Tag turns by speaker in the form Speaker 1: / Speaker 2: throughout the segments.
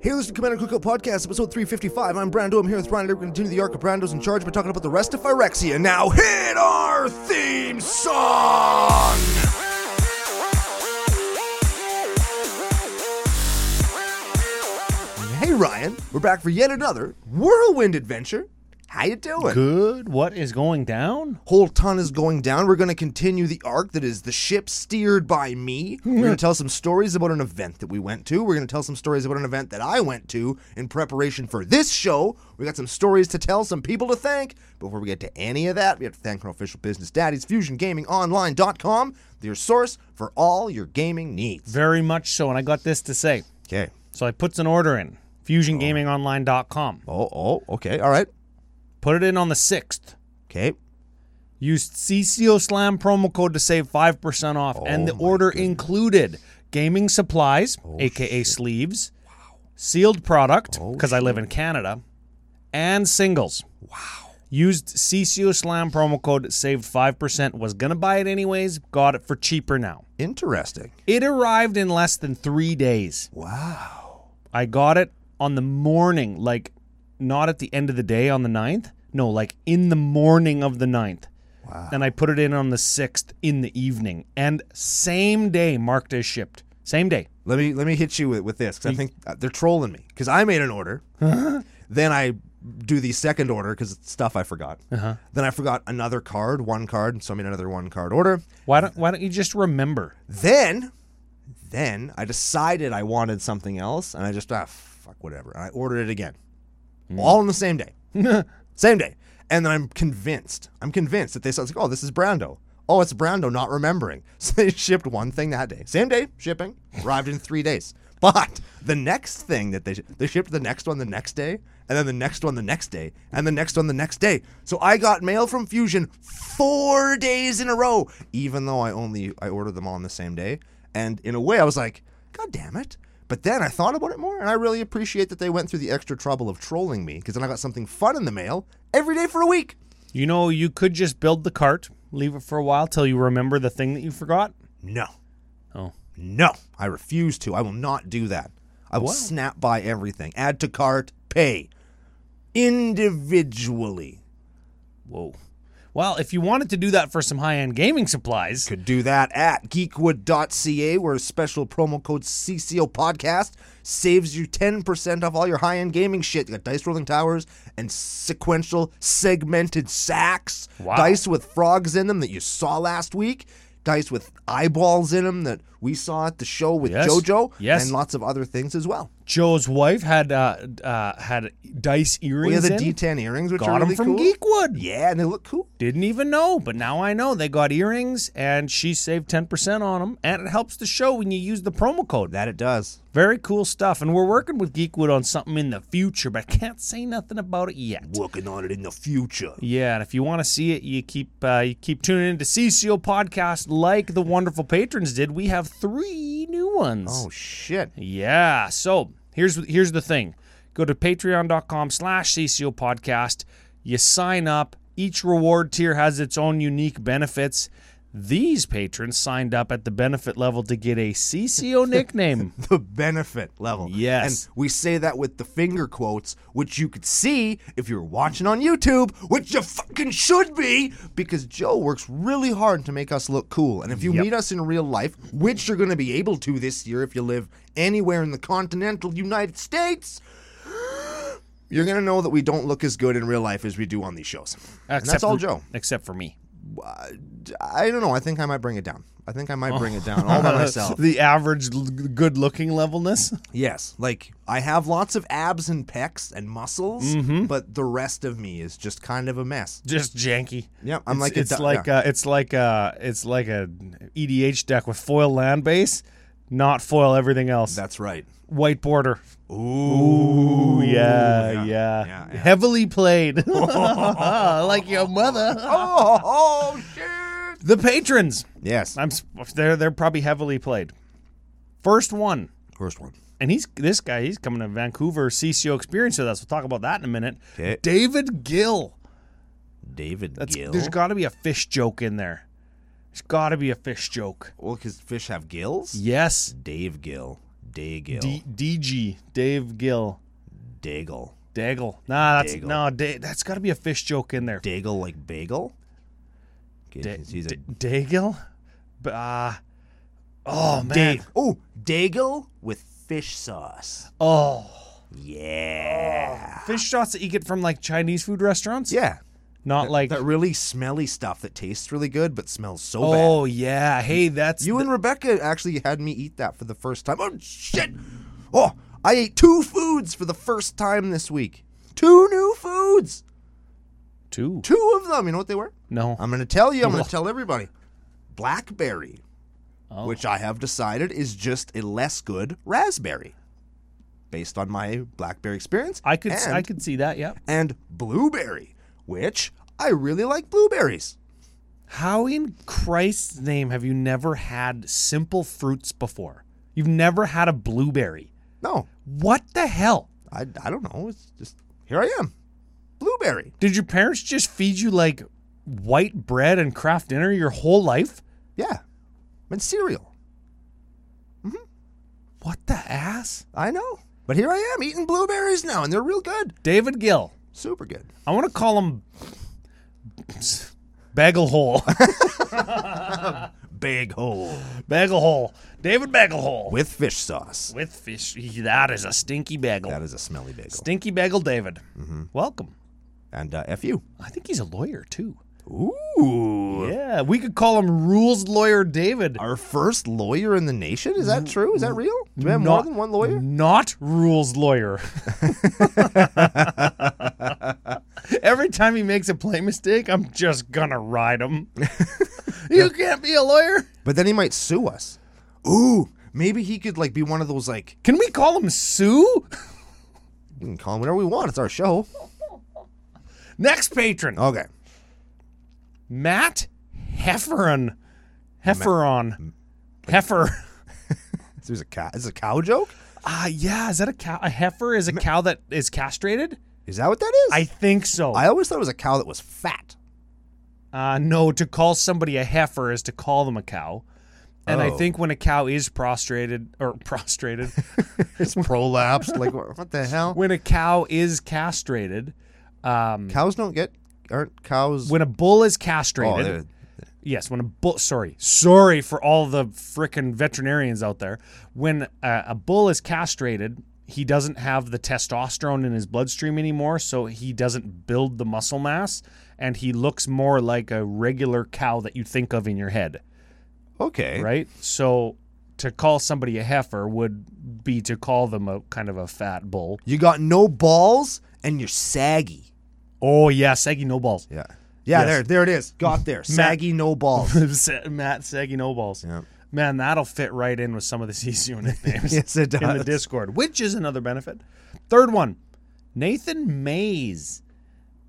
Speaker 1: Hey, listen to Commander Cookout Podcast, episode 355. I'm Brando. I'm here with Ryan. We're going to continue the arc of Brando's in charge. We're talking about the rest of Phyrexia. Now, hit our theme song! Hey, Ryan. We're back for yet another whirlwind adventure. How you doing?
Speaker 2: Good. What is going down?
Speaker 1: whole ton is going down. We're going to continue the arc that is the ship steered by me. We're going to tell some stories about an event that we went to. We're going to tell some stories about an event that I went to in preparation for this show. We got some stories to tell, some people to thank. Before we get to any of that, we have to thank our official business daddies, FusionGamingOnline.com, your source for all your gaming needs.
Speaker 2: Very much so. And I got this to say.
Speaker 1: Okay.
Speaker 2: So I puts an order in fusiongamingonline.com.
Speaker 1: Oh, oh, okay. All right.
Speaker 2: Put it in on the 6th.
Speaker 1: Okay.
Speaker 2: Used CCO Slam promo code to save 5% off. and the order included gaming supplies, aka sleeves, sealed product, because I live in Canada, and singles. Wow. Used CCO Slam promo code, saved 5%, was going to buy it anyways, got it for cheaper now.
Speaker 1: Interesting.
Speaker 2: It arrived in less than three days.
Speaker 1: Wow.
Speaker 2: I got it on the morning, like not at the end of the day on the 9th. No, like in the morning of the 9th. Wow. And I put it in on the 6th in the evening. And same day marked as shipped. Same day.
Speaker 1: Let me let me hit you with, with this because I think uh, they're trolling me because I made an order, then I do the second order because it's stuff I forgot. Uh-huh. Then I forgot another card, one card, so I made another one card order.
Speaker 2: Why don't why don't you just remember?
Speaker 1: Then, then I decided I wanted something else, and I just ah fuck whatever, and I ordered it again, all on the same day, same day. And then I'm convinced, I'm convinced that they said like, oh, this is Brando. Oh, it's Brando not remembering. So they shipped one thing that day, same day shipping, arrived in three days. But the next thing that they sh- they shipped the next one the next day, and then the next one the next day, and the next one the next day. So I got mail from Fusion four days in a row, even though I only I ordered them all on the same day. And in a way, I was like, God damn it! But then I thought about it more, and I really appreciate that they went through the extra trouble of trolling me, because then I got something fun in the mail every day for a week.
Speaker 2: You know, you could just build the cart, leave it for a while till you remember the thing that you forgot.
Speaker 1: No,
Speaker 2: Oh.
Speaker 1: no, I refuse to. I will not do that. I will snap by everything. Add to cart, pay individually.
Speaker 2: Whoa. Well, if you wanted to do that for some high end gaming supplies,
Speaker 1: Could do that at geekwood.ca, where special promo code CCO podcast saves you 10% off all your high end gaming shit. You got dice rolling towers and sequential segmented sacks,
Speaker 2: Wow.
Speaker 1: dice with frogs in them that you saw last week, dice with eyeballs in them that we saw at the show with
Speaker 2: Yes.
Speaker 1: JoJo,
Speaker 2: Yes.
Speaker 1: and lots of other things as well.
Speaker 2: Joe's wife had uh, uh, had dice
Speaker 1: We have
Speaker 2: earrings.
Speaker 1: the
Speaker 2: in.
Speaker 1: D10 earrings, which
Speaker 2: Got
Speaker 1: are
Speaker 2: 'em
Speaker 1: really
Speaker 2: from
Speaker 1: cool.
Speaker 2: Geekwood.
Speaker 1: Yeah, and they look cool.
Speaker 2: Didn't even know, but now I know they got earrings, and she saved ten percent on them, and it helps the show when you use the promo code.
Speaker 1: That it does.
Speaker 2: Very cool stuff, and we're working with Geekwood on something in the future, but I can't say nothing about it yet.
Speaker 1: Working on it in the future.
Speaker 2: Yeah, and if you want to see it, you keep uh, you keep tuning into CCO podcast like the wonderful patrons did. We have three new ones.
Speaker 1: Oh, shit.
Speaker 2: Yeah. So here's here's the thing. Go to patreon.com slash CCO podcast. You sign up. Each reward tier has its own unique benefits. These patrons signed up at the benefit level to get a CCO nickname.
Speaker 1: the benefit level.
Speaker 2: Yes.
Speaker 1: And we say that with the finger quotes, which you could see if you're watching on YouTube, which you fucking should be, because Joe works really hard to make us look cool. And if you meet us in real life, which you're going to be able to this year if you live anywhere in the continental United States. You're gonna know that we don't look as good in real life as we do on these shows, and that's all
Speaker 2: for,
Speaker 1: Joe.
Speaker 2: Except for me.
Speaker 1: I don't know. I think I might bring it down. I think I might bring it down all by myself.
Speaker 2: the average l- good looking levelness.
Speaker 1: Yes, like I have lots of abs and pecs and muscles,
Speaker 2: Mm-hmm.
Speaker 1: but the rest of me is just kind of a mess.
Speaker 2: Just janky.
Speaker 1: Yeah, I'm
Speaker 2: It's-
Speaker 1: like a
Speaker 2: it's
Speaker 1: du-
Speaker 2: like uh, it's like uh it's like a EDH deck with foil land base, not foil everything else.
Speaker 1: That's right.
Speaker 2: White border.
Speaker 1: Ooh,
Speaker 2: Ooh, yeah, yeah,
Speaker 1: yeah, yeah.
Speaker 2: Heavily played. like your mother.
Speaker 1: Oh, oh, shit.
Speaker 2: The patrons.
Speaker 1: Yes.
Speaker 2: I'm s- they're they're probably heavily played. First one.
Speaker 1: First one.
Speaker 2: And he's this guy, he's coming to Vancouver CCO experience with us. We'll talk about that in a minute.
Speaker 1: 'Kay.
Speaker 2: David Gill.
Speaker 1: David
Speaker 2: That's,
Speaker 1: Gill.
Speaker 2: There's got to be a fish joke in there. There's got to be a fish joke.
Speaker 1: well, because fish have gills.
Speaker 2: Yes.
Speaker 1: Dave Gill. Daigle.
Speaker 2: D- DG, Dave Gill.
Speaker 1: Daigle.
Speaker 2: Daggle. Nah, that's
Speaker 1: Daigle.
Speaker 2: no. Da- that's got to be a fish joke in there.
Speaker 1: Daigle like bagel? Okay,
Speaker 2: Da-
Speaker 1: he's a
Speaker 2: da- Daigle? B- Uh, oh man.
Speaker 1: Dave. Oh, Daigle with fish sauce.
Speaker 2: Oh,
Speaker 1: Yeah.
Speaker 2: fish shots that you get from like Chinese food restaurants.
Speaker 1: Yeah.
Speaker 2: Not like.
Speaker 1: That really smelly stuff that tastes really good but smells so bad.
Speaker 2: oh yeah. Hey, that's
Speaker 1: You and Rebecca actually had me eat that for the first time. Oh shit. Oh, I ate two foods for the first time this week. Two new foods.
Speaker 2: two.
Speaker 1: Two of them. You know what they were?
Speaker 2: No.
Speaker 1: I'm going to tell you. I'm going to tell everybody. Blackberry,
Speaker 2: Oh.
Speaker 1: which I have decided is just a less good raspberry, based on my blackberry experience.
Speaker 2: I could. s
Speaker 1: And,
Speaker 2: I could see that. Yeah.
Speaker 1: and blueberry, which I really like blueberries.
Speaker 2: How in Christ's name have you never had simple fruits before? You've never had a blueberry.
Speaker 1: No,
Speaker 2: What the hell?
Speaker 1: I, I don't know. It's just here I am. Blueberry.
Speaker 2: Did your parents just feed you like white bread and craft dinner your whole life?
Speaker 1: Yeah, and cereal.
Speaker 2: What the ass?
Speaker 1: I know, but here I am eating blueberries now, and they're real good.
Speaker 2: David Gill.
Speaker 1: Super good.
Speaker 2: I want to call him Bagel Hole.
Speaker 1: Big hole
Speaker 2: bagel Hole. David Bagel Hole.
Speaker 1: with fish sauce.
Speaker 2: With fish. That is a stinky bagel.
Speaker 1: That is a Mm-hmm. smelly bagel.
Speaker 2: Stinky bagel David. Welcome.
Speaker 1: And uh, f you.
Speaker 2: I think he's a lawyer too.
Speaker 1: Ooh.
Speaker 2: Yeah, we could call him Rules Lawyer David.
Speaker 1: Our first lawyer in the nation? Is that true? Is that real? Do we have more
Speaker 2: Not-
Speaker 1: than one lawyer?
Speaker 2: Not rules lawyer. Every time he makes a play mistake, I'm just gonna ride him. you can't be a lawyer.
Speaker 1: But then he might sue us. Ooh, maybe he could like be one of those like
Speaker 2: Can we call him Sue?
Speaker 1: we can call him whatever we want. It's our show.
Speaker 2: Next patron,
Speaker 1: Okay.
Speaker 2: Matt Hefferon. Hefferon. Heifer.
Speaker 1: This was a cow. Is this a cow joke?
Speaker 2: Ah, yeah. Is that a cow? A heifer is a cow that is castrated.
Speaker 1: Is that what that is?
Speaker 2: I think so.
Speaker 1: I always thought it was a cow that was fat.
Speaker 2: Uh, no, to call somebody a heifer is to call them a cow. And I
Speaker 1: Oh.
Speaker 2: think when a cow is prostrated or prostrated,
Speaker 1: It's prolapsed. like what what the hell?
Speaker 2: when a cow is castrated, um,
Speaker 1: Cows don't get aren't cows.
Speaker 2: when a bull is
Speaker 1: oh,
Speaker 2: castrated,
Speaker 1: they're-
Speaker 2: yes, when a bull, sorry, sorry for all the frickin' veterinarians out there, when a, a bull is castrated, he doesn't have the testosterone in his bloodstream anymore, so he doesn't build the muscle mass, and he looks more like a regular cow that you think of in your head.
Speaker 1: okay.
Speaker 2: right? So to call somebody a heifer would be to call them a kind of a fat bull.
Speaker 1: You got no balls and you're saggy.
Speaker 2: Oh yeah, saggy no balls.
Speaker 1: Yeah. Yeah.
Speaker 2: Yes.
Speaker 1: There. There it is. Got there. Saggy no balls.
Speaker 2: Sa- Matt saggy no balls.
Speaker 1: Yeah.
Speaker 2: Man, that'll fit right in with some of the CCU nicknames
Speaker 1: yes, it
Speaker 2: in the
Speaker 1: does.
Speaker 2: Discord, which is another benefit. Third one, Nathan Mays.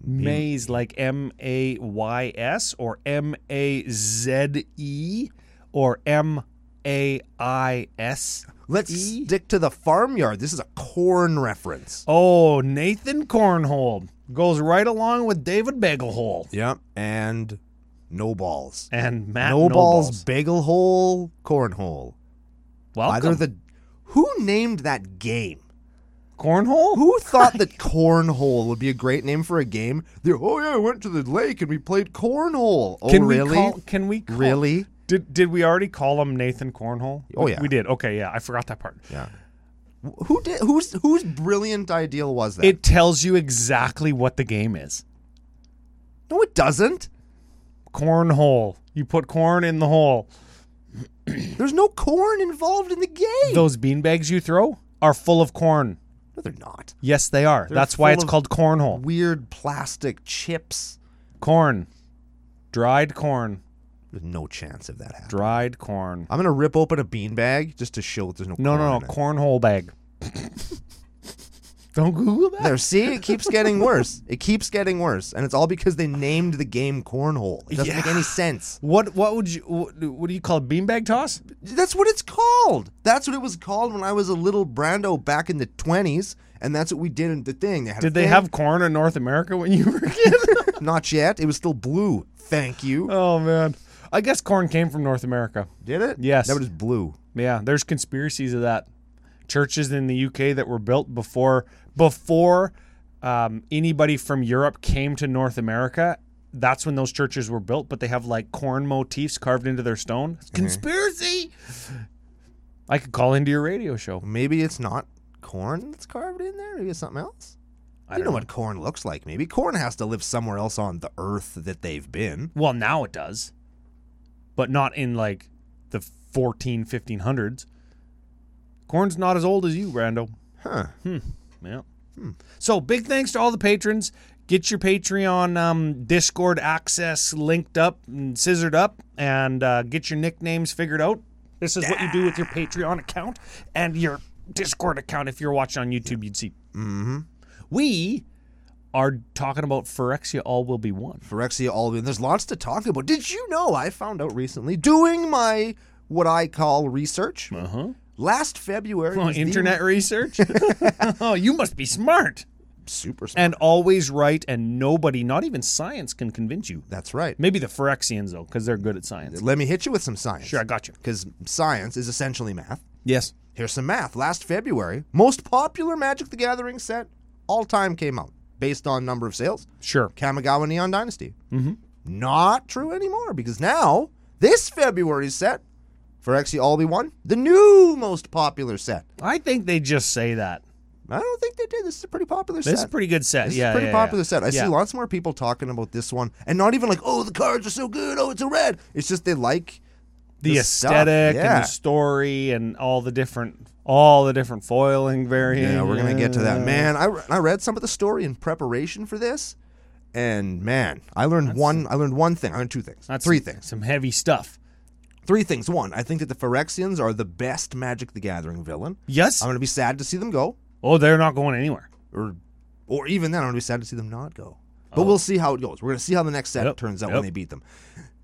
Speaker 2: Mays like M A Y S or M A Z E or M A I S.
Speaker 1: Let's
Speaker 2: E.
Speaker 1: stick to the farmyard. This is a corn reference.
Speaker 2: Oh, Nathan Cornhold goes right along with David Bagelhole
Speaker 1: Yep. And no balls.
Speaker 2: and Matt
Speaker 1: no, balls,
Speaker 2: Nobles.
Speaker 1: bagel hole, cornhole.
Speaker 2: Welcome.
Speaker 1: Either the who named that game?
Speaker 2: Cornhole?
Speaker 1: Who thought that cornhole would be a great name for a game? They're, oh yeah, I went to the lake and we played cornhole. Oh
Speaker 2: Can
Speaker 1: really?
Speaker 2: we call, Can we call,
Speaker 1: really?
Speaker 2: Did did we already call him Nathan Cornhole?
Speaker 1: Oh,
Speaker 2: We-
Speaker 1: yeah.
Speaker 2: we did. Okay, yeah, I forgot that part.
Speaker 1: Yeah. Wh- Who did? Whose whose brilliant idea was that?
Speaker 2: It tells you exactly what the game is.
Speaker 1: no, it doesn't.
Speaker 2: Cornhole. You put corn in the hole.
Speaker 1: There's no corn involved in the game.
Speaker 2: Those beanbags you throw are full of corn.
Speaker 1: no, they're not.
Speaker 2: Yes, they are. That's why
Speaker 1: full
Speaker 2: it's
Speaker 1: of-
Speaker 2: called cornhole.
Speaker 1: Weird plastic chips.
Speaker 2: Corn. Dried corn.
Speaker 1: There's no chance of that happening.
Speaker 2: Dried corn.
Speaker 1: I'm gonna rip open a beanbag just to show that there's no.
Speaker 2: No,
Speaker 1: corn
Speaker 2: no,
Speaker 1: in
Speaker 2: no,
Speaker 1: it.
Speaker 2: cornhole bag. Don't Google that.
Speaker 1: There, see, it keeps getting worse. It keeps getting worse, and it's all because they named the game cornhole. It doesn't make any sense.
Speaker 2: What what would you what, what do you call it? Beanbag toss?
Speaker 1: That's what it's called. That's what it was called when I was a little Brando back in the twenties, and that's what we did in the thing. They had a
Speaker 2: Did they
Speaker 1: thing.
Speaker 2: have corn in North America when you were a kid?
Speaker 1: Not yet. It was still blue. Thank you.
Speaker 2: oh man, I guess corn came from North America.
Speaker 1: did it?
Speaker 2: yes.
Speaker 1: That was blue.
Speaker 2: Yeah, there's conspiracies of that. churches in the UK that were built before before um, anybody from Europe came to North America. That's when those churches were built, but they have like corn motifs carved into their stone. It's
Speaker 1: Mm-hmm.
Speaker 2: conspiracy. I could call into your radio show.
Speaker 1: Maybe it's not corn that's carved in there. Maybe it's something else.
Speaker 2: I
Speaker 1: you
Speaker 2: don't
Speaker 1: know, what corn looks like. Maybe corn has to live somewhere else on the earth that they've been.
Speaker 2: Well, now it does, but not in like the 14, 1500s. Corn's not as old as you, Rando.
Speaker 1: Huh.
Speaker 2: Yeah. Hmm. So big thanks to all the patrons. Get your Patreon um, Discord access linked up and scissored up, and uh, get your nicknames figured out. This is what you do with your Patreon account and your Discord account. If you're watching on YouTube, you'd see. Mm-hmm. We are talking about Phyrexia. All will be one.
Speaker 1: Phyrexia, all of There's lots to talk about. Did you know I found out recently doing my what I call research
Speaker 2: Uh huh.
Speaker 1: last February?
Speaker 2: Well,
Speaker 1: was the
Speaker 2: internet research. oh, you must be smart
Speaker 1: super smart.
Speaker 2: and always right, and nobody, not even science, can convince you.
Speaker 1: That's right.
Speaker 2: Maybe the Phyrexians though, because they're good at science.
Speaker 1: Let me hit you with some science.
Speaker 2: Sure, I got you.
Speaker 1: Because science is essentially math.
Speaker 2: Yes.
Speaker 1: Here's some math. Last February, most popular Magic the Gathering set all time came out based on number of sales.
Speaker 2: Sure.
Speaker 1: Kamigawa Neon Dynasty. Mm-hmm. Not true anymore because now this February set for Exi All Be One, the new most popular set.
Speaker 2: I think they just say that.
Speaker 1: I don't think they did. This is a pretty popular
Speaker 2: This is
Speaker 1: set.
Speaker 2: a pretty good set.
Speaker 1: This
Speaker 2: yeah,
Speaker 1: is a pretty
Speaker 2: yeah,
Speaker 1: popular
Speaker 2: yeah.
Speaker 1: set. I
Speaker 2: Yeah.
Speaker 1: see lots more people talking about this one, and not even like, "Oh, the cards are so good. Oh, it's a red." It's just they like
Speaker 2: the,
Speaker 1: the stuff.
Speaker 2: aesthetic
Speaker 1: Yeah.
Speaker 2: and the story and all the different all the different foiling variants.
Speaker 1: Yeah, we're gonna get to that, man. I, re- I read some of the story in preparation for this, and man, I learned one. I learned one thing. I learned two things.
Speaker 2: That's
Speaker 1: three
Speaker 2: some-
Speaker 1: things.
Speaker 2: Some heavy stuff.
Speaker 1: Three things. One, I think that the Phyrexians are the best Magic the Gathering villain.
Speaker 2: Yes.
Speaker 1: I'm gonna be sad to see them go,
Speaker 2: oh, they're not going anywhere.
Speaker 1: or, or even then, I'm gonna be sad to see them not go. But we'll see how it goes. We're gonna see how the next set
Speaker 2: Oh. Yep,
Speaker 1: turns out
Speaker 2: yep.
Speaker 1: when they beat them.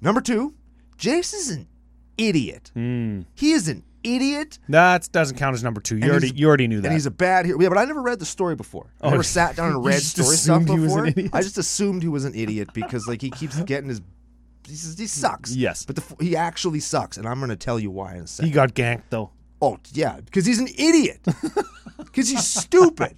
Speaker 1: Number two, Jace is an idiot.
Speaker 2: Hmm.
Speaker 1: He is an idiot.
Speaker 2: That doesn't count as number two. You already
Speaker 1: he's-
Speaker 2: you already knew
Speaker 1: And
Speaker 2: that.
Speaker 1: he's a bad hero. Yeah, but I never read the story before. I
Speaker 2: Oh,
Speaker 1: never sat down and
Speaker 2: you
Speaker 1: read
Speaker 2: just
Speaker 1: story stuff
Speaker 2: assumed he was an
Speaker 1: before.
Speaker 2: idiot?
Speaker 1: I just assumed he was an idiot because like he keeps getting his. He's, just- he sucks.
Speaker 2: Yes.
Speaker 1: but the, f- he actually sucks, and I'm going to tell you why in a
Speaker 2: He
Speaker 1: second.
Speaker 2: got ganked though.
Speaker 1: oh yeah, because he's an idiot. Because he's stupid.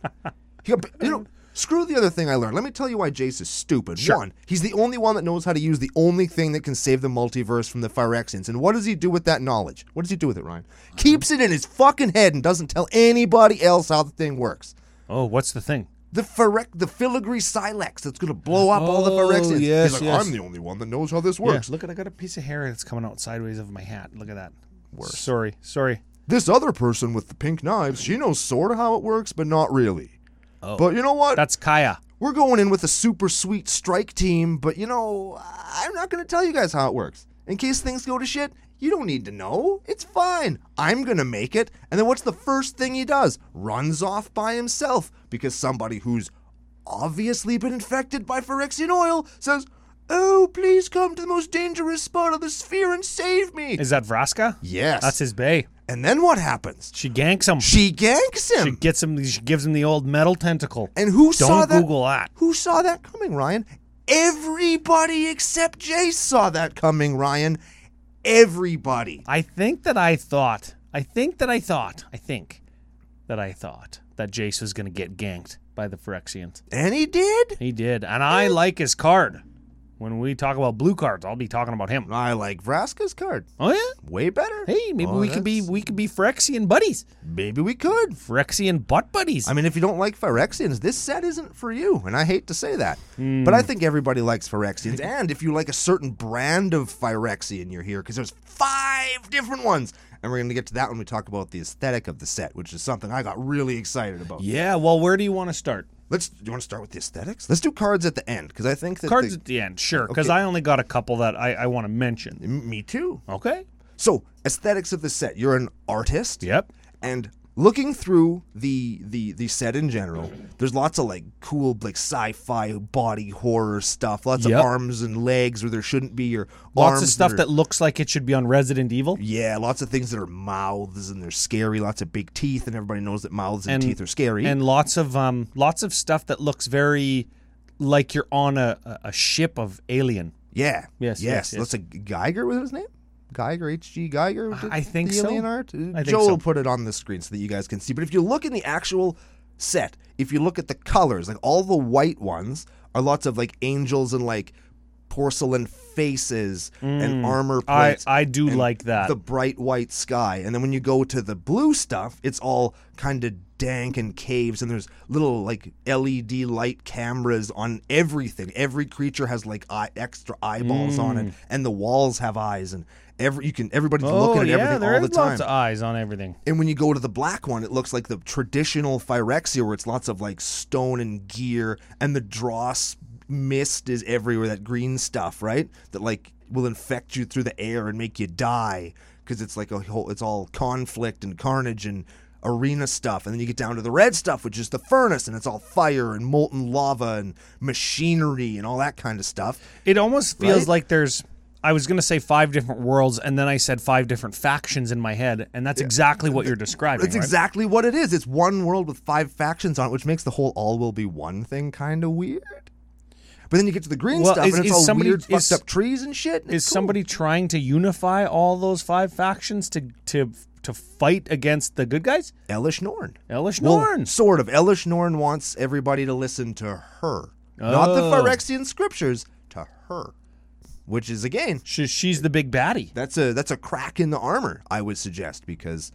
Speaker 1: He got- you know, screw the other thing I learned. Let me tell you why Jace is stupid.
Speaker 2: Sure.
Speaker 1: One, he's the only one that knows how to use the only thing that can save the multiverse from the Phyrexians. And what does he do with that knowledge? What does he do with it, Ryan? Keeps it in his fucking head and doesn't tell anybody else how the thing works.
Speaker 2: Oh, what's the thing?
Speaker 1: The Phyrex, the filigree silex that's going to blow up all the
Speaker 2: Oh,
Speaker 1: Phyrexians.
Speaker 2: yes,
Speaker 1: He's like,
Speaker 2: yes.
Speaker 1: I'm the only one that knows how this
Speaker 2: Yeah,
Speaker 1: works.
Speaker 2: look at I got a piece of hair that's coming out sideways of my hat. Look at that. Worse. Sorry. Sorry.
Speaker 1: This other person with the pink knives, she knows sort of how it works, but not really. But you know what?
Speaker 2: Oh. That's Kaya.
Speaker 1: We're going in with a super sweet strike team, but you know, I'm not going to tell you guys how it works. In case things go to shit, you don't need to know. It's fine. I'm going to make it. And then what's the first thing he does? Runs off by himself because somebody who's obviously been infected by Phyrexian oil says, Oh, please come to the most dangerous spot of the sphere and save me.
Speaker 2: Is that Vraska?
Speaker 1: yes.
Speaker 2: That's his bay.
Speaker 1: and then what happens?
Speaker 2: She ganks him.
Speaker 1: She ganks him.
Speaker 2: She gets him. She gives him the old metal tentacle.
Speaker 1: And who
Speaker 2: Don't
Speaker 1: saw that?
Speaker 2: Google that.
Speaker 1: Who saw that coming, Ryan? Everybody except Jace saw that coming, Ryan. Everybody.
Speaker 2: I think that I thought. I think that I thought. I think that I thought that Jace was going to get ganked by the Phyrexians.
Speaker 1: And he did.
Speaker 2: He did, and I like his card. When we talk about blue cards, I'll be talking about him.
Speaker 1: I like Vraska's card.
Speaker 2: Oh yeah.
Speaker 1: Way better.
Speaker 2: Hey, maybe
Speaker 1: Oh,
Speaker 2: we could be
Speaker 1: that's-
Speaker 2: we could be Phyrexian buddies.
Speaker 1: Maybe we could.
Speaker 2: Phyrexian butt buddies.
Speaker 1: I mean, if you don't like Phyrexians, this set isn't for you. And I hate to say that.
Speaker 2: Hmm.
Speaker 1: But I think everybody likes Phyrexians. And if you like a certain brand of Phyrexian, you're here because there's five different ones. And we're going to get to that when we talk about the aesthetic of the set, which is something I got really excited about.
Speaker 2: yeah. Well, where do you want to start?
Speaker 1: Let's. Do you want to start with the aesthetics? Let's do cards at the end because I think that
Speaker 2: Cards
Speaker 1: the-
Speaker 2: at the end, sure, because
Speaker 1: Okay.
Speaker 2: I only got a couple that I, I want to mention.
Speaker 1: M- me too.
Speaker 2: Okay.
Speaker 1: So aesthetics of the set. You're an artist.
Speaker 2: Yep.
Speaker 1: And looking through the the the set in general, there's lots of like cool like sci-fi body horror stuff. Lots
Speaker 2: Yep.
Speaker 1: of arms and legs where there shouldn't be. Or
Speaker 2: Lots
Speaker 1: arms
Speaker 2: of stuff
Speaker 1: are-
Speaker 2: that looks like it should be on Resident Evil.
Speaker 1: Yeah, lots of things that are mouths and they're scary. Lots of big teeth, and everybody knows that mouths and,
Speaker 2: And-
Speaker 1: teeth are scary.
Speaker 2: and lots of um lots of stuff that looks very like you're on a, a- a ship of alien
Speaker 1: yeah.
Speaker 2: Yes, yes,
Speaker 1: Yes.
Speaker 2: yes.
Speaker 1: That's a Geiger. Was his name? Geiger, H.G. Geiger? did
Speaker 2: I think
Speaker 1: the
Speaker 2: so.
Speaker 1: Alien art?
Speaker 2: think
Speaker 1: Joe
Speaker 2: so.
Speaker 1: will put it on the screen so that you guys can see. But if you look in the actual set, if you look at the colors, like all the white ones are lots of like angels and like porcelain faces and armor
Speaker 2: Mm. I,
Speaker 1: plates.
Speaker 2: I do
Speaker 1: and
Speaker 2: like that.
Speaker 1: The bright white sky. And then when you go to the blue stuff, it's all kind of dank and caves, and there's little like LED light cameras on everything. Every creature has like eye, extra eyeballs on it, and the walls have eyes, and every you can everybody's
Speaker 2: Mm. oh
Speaker 1: looking at
Speaker 2: yeah,
Speaker 1: everything
Speaker 2: there
Speaker 1: all
Speaker 2: is
Speaker 1: the time.
Speaker 2: lots of eyes on everything.
Speaker 1: And when you go to the black one, it looks like the traditional Phyrexia, where it's lots of like stone and gear, and the dross mist is everywhere. That green stuff, right? That like will infect you through the air and make you die because it's like a whole. It's all conflict and carnage and arena stuff. And then you get down to the red stuff, which is the furnace, and it's all fire and molten lava and machinery and all that kind of stuff.
Speaker 2: It almost feels
Speaker 1: Right?
Speaker 2: like there's. I was gonna say five different worlds, and then I said five different factions in my head, and that's exactly what you're describing.
Speaker 1: That's
Speaker 2: right?
Speaker 1: exactly what it is. It's one world with five factions on it, which makes the whole all will be one thing kind of weird. But then you get to the green
Speaker 2: Well,
Speaker 1: stuff,
Speaker 2: is-
Speaker 1: and it's
Speaker 2: is
Speaker 1: all
Speaker 2: somebody-
Speaker 1: weird,
Speaker 2: is-
Speaker 1: fucked up trees and shit. and
Speaker 2: Is
Speaker 1: it's cool.
Speaker 2: somebody trying to unify all those five factions to to to fight against the good guys?
Speaker 1: Elish Norn?
Speaker 2: Elish
Speaker 1: Well,
Speaker 2: Norn.
Speaker 1: sort of. Elish Norn wants everybody to listen to her, not the
Speaker 2: Oh.
Speaker 1: Phyrexian scriptures, to her, which is again
Speaker 2: She, she's the big baddie.
Speaker 1: that's a that's a crack in the armor. I would suggest because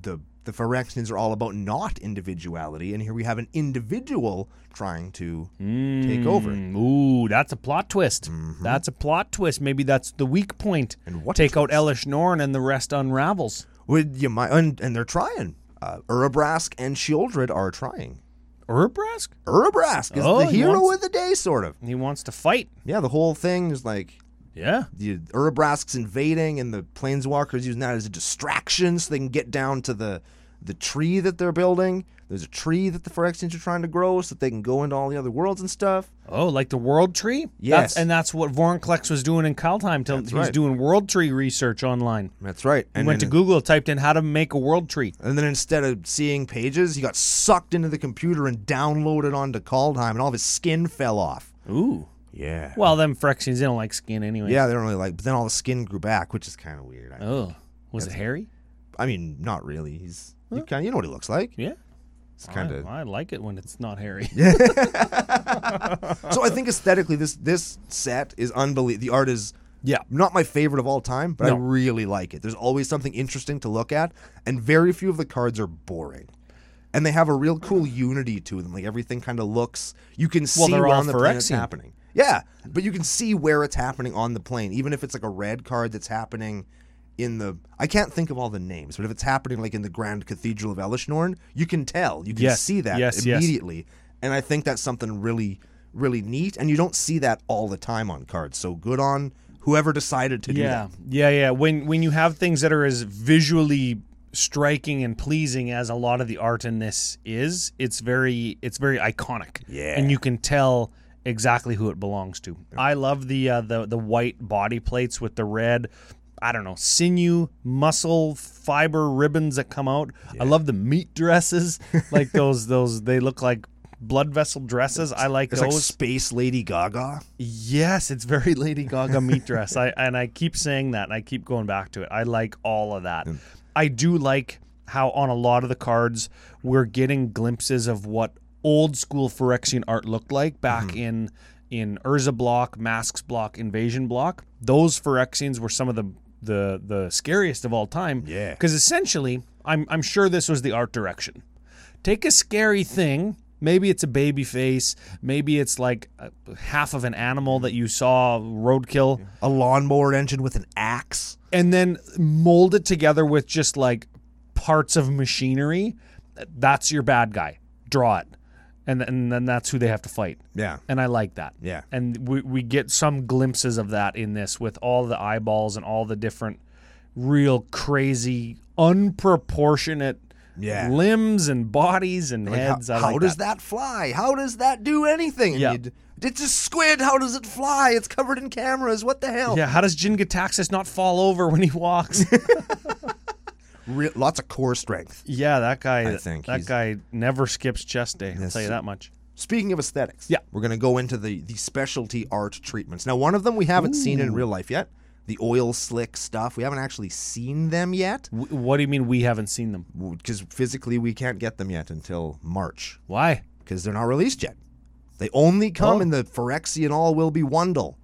Speaker 1: the the Phyrexians are all about not individuality, and here we have an individual trying to take over.
Speaker 2: Mm, Ooh, that's a plot twist. That's a plot twist. Maybe that's the weak point.
Speaker 1: Mm-hmm. And what a
Speaker 2: Take out Elish Norn, and the rest unravels.
Speaker 1: Would you mind? And, and they're trying. Uh, Urabrask and Shieldred are trying.
Speaker 2: Urbrask?
Speaker 1: Urabrask is
Speaker 2: Oh,
Speaker 1: the
Speaker 2: he
Speaker 1: hero
Speaker 2: wants-
Speaker 1: of the day, sort of.
Speaker 2: He wants to fight.
Speaker 1: Yeah, the whole thing is like
Speaker 2: Yeah.
Speaker 1: the Urabrask's invading, and the Planeswalkers using that as a distraction so they can get down to the the tree that they're building. There's a tree that the Phyrexians are trying to grow so that they can go into all the other worlds and stuff.
Speaker 2: Oh, like the World Tree?
Speaker 1: Yes.
Speaker 2: That's, and that's what Voronclex was doing in Kaltheim. Till he was
Speaker 1: right.
Speaker 2: doing World Tree research online.
Speaker 1: That's right.
Speaker 2: He
Speaker 1: And
Speaker 2: went to
Speaker 1: then-
Speaker 2: Google, typed in how to make a World Tree.
Speaker 1: And then instead of seeing pages, he got sucked into the computer and downloaded onto Kaldheim, and all of his skin fell off.
Speaker 2: Ooh.
Speaker 1: Yeah.
Speaker 2: Well, them Phyrexians, they don't like skin anyway.
Speaker 1: Yeah, they don't really like. But then all the skin grew back, which is kind of weird. I,
Speaker 2: Oh. Was it hairy?
Speaker 1: I mean, not really. He's you kind of you know what he looks like.
Speaker 2: Yeah.
Speaker 1: It's kind of.
Speaker 2: Oh, I, I like it when it's not hairy.
Speaker 1: So I think aesthetically, this this set is unbelievable. The art is
Speaker 2: yeah.
Speaker 1: not my favorite of all time, but I
Speaker 2: No.
Speaker 1: really like it. There's always something interesting to look at, and very few of the cards are boring. And they have a real cool unity to them. Like everything kind of looks. You can see
Speaker 2: they're
Speaker 1: where
Speaker 2: all
Speaker 1: on the plane it's
Speaker 2: Phyrexian.
Speaker 1: happening. Yeah, but you can see where it's happening on the plane, even if it's like a red card that's happening in the. I can't think of all the names, but if it's happening like in the Grand Cathedral of Elishnorn, you can tell. You can
Speaker 2: Yes,
Speaker 1: see that
Speaker 2: yes, yes.
Speaker 1: immediately, and I think that's something really, really neat. And you don't see that all the time on cards. So good on whoever decided to do that.
Speaker 2: Yeah. Yeah, yeah. When when you have things that are as visually striking and pleasing as a lot of the art in this is, it's very it's very iconic.
Speaker 1: Yeah.
Speaker 2: And you can tell exactly who it belongs to. I love the uh, the the white body plates with the red I don't know, sinew, muscle, fiber ribbons that come out. I love the meat dresses, like those those they look like blood vessel dresses. I like
Speaker 1: It's
Speaker 2: those.
Speaker 1: like Space Lady Gaga.
Speaker 2: Yes, it's very Lady Gaga meat dress. I and I keep saying that and I keep going back to it. I like all of that. I do like how on a lot of the cards we're getting glimpses of what old school Phyrexian art looked like back in in Urza block, Masks block, Invasion block. Those Phyrexians were some of the the the scariest of all time.
Speaker 1: Yeah.
Speaker 2: Because essentially, I'm I'm sure this was the art direction take a scary thing maybe it's a baby face maybe it's like a, half of an animal that you saw roadkill
Speaker 1: A lawnmower engine with an axe.
Speaker 2: and then mold it together with just like parts of machinery that's your bad guy draw it and, and then that's who they have to fight
Speaker 1: Yeah.
Speaker 2: and i like that
Speaker 1: Yeah.
Speaker 2: and we, we get some glimpses of that in this with all the eyeballs and all the different real crazy unproportionate
Speaker 1: Yeah.
Speaker 2: limbs and bodies and
Speaker 1: Like,
Speaker 2: heads
Speaker 1: How,
Speaker 2: I
Speaker 1: how
Speaker 2: like
Speaker 1: does that. fly? How does that do anything? And
Speaker 2: Yeah.
Speaker 1: you'd- It's a squid. How does it fly? It's covered in cameras. What the hell?
Speaker 2: Yeah, how does Jin Gataxis not fall over when he walks?
Speaker 1: Re- lots of core strength.
Speaker 2: yeah, that guy.
Speaker 1: I think
Speaker 2: that
Speaker 1: he's-
Speaker 2: guy never skips chest day. I'll tell you that much.
Speaker 1: Speaking of aesthetics,
Speaker 2: Yeah.
Speaker 1: we're going to go into the the specialty art treatments. Now, one of them we haven't seen in real life yet. the oil slick stuff. We haven't actually seen them yet
Speaker 2: W- what do you mean we haven't seen them?
Speaker 1: because physically we can't get them yet until March
Speaker 2: Why?
Speaker 1: because they're not released yet. They only come in the Phyrexian all will be Wundle.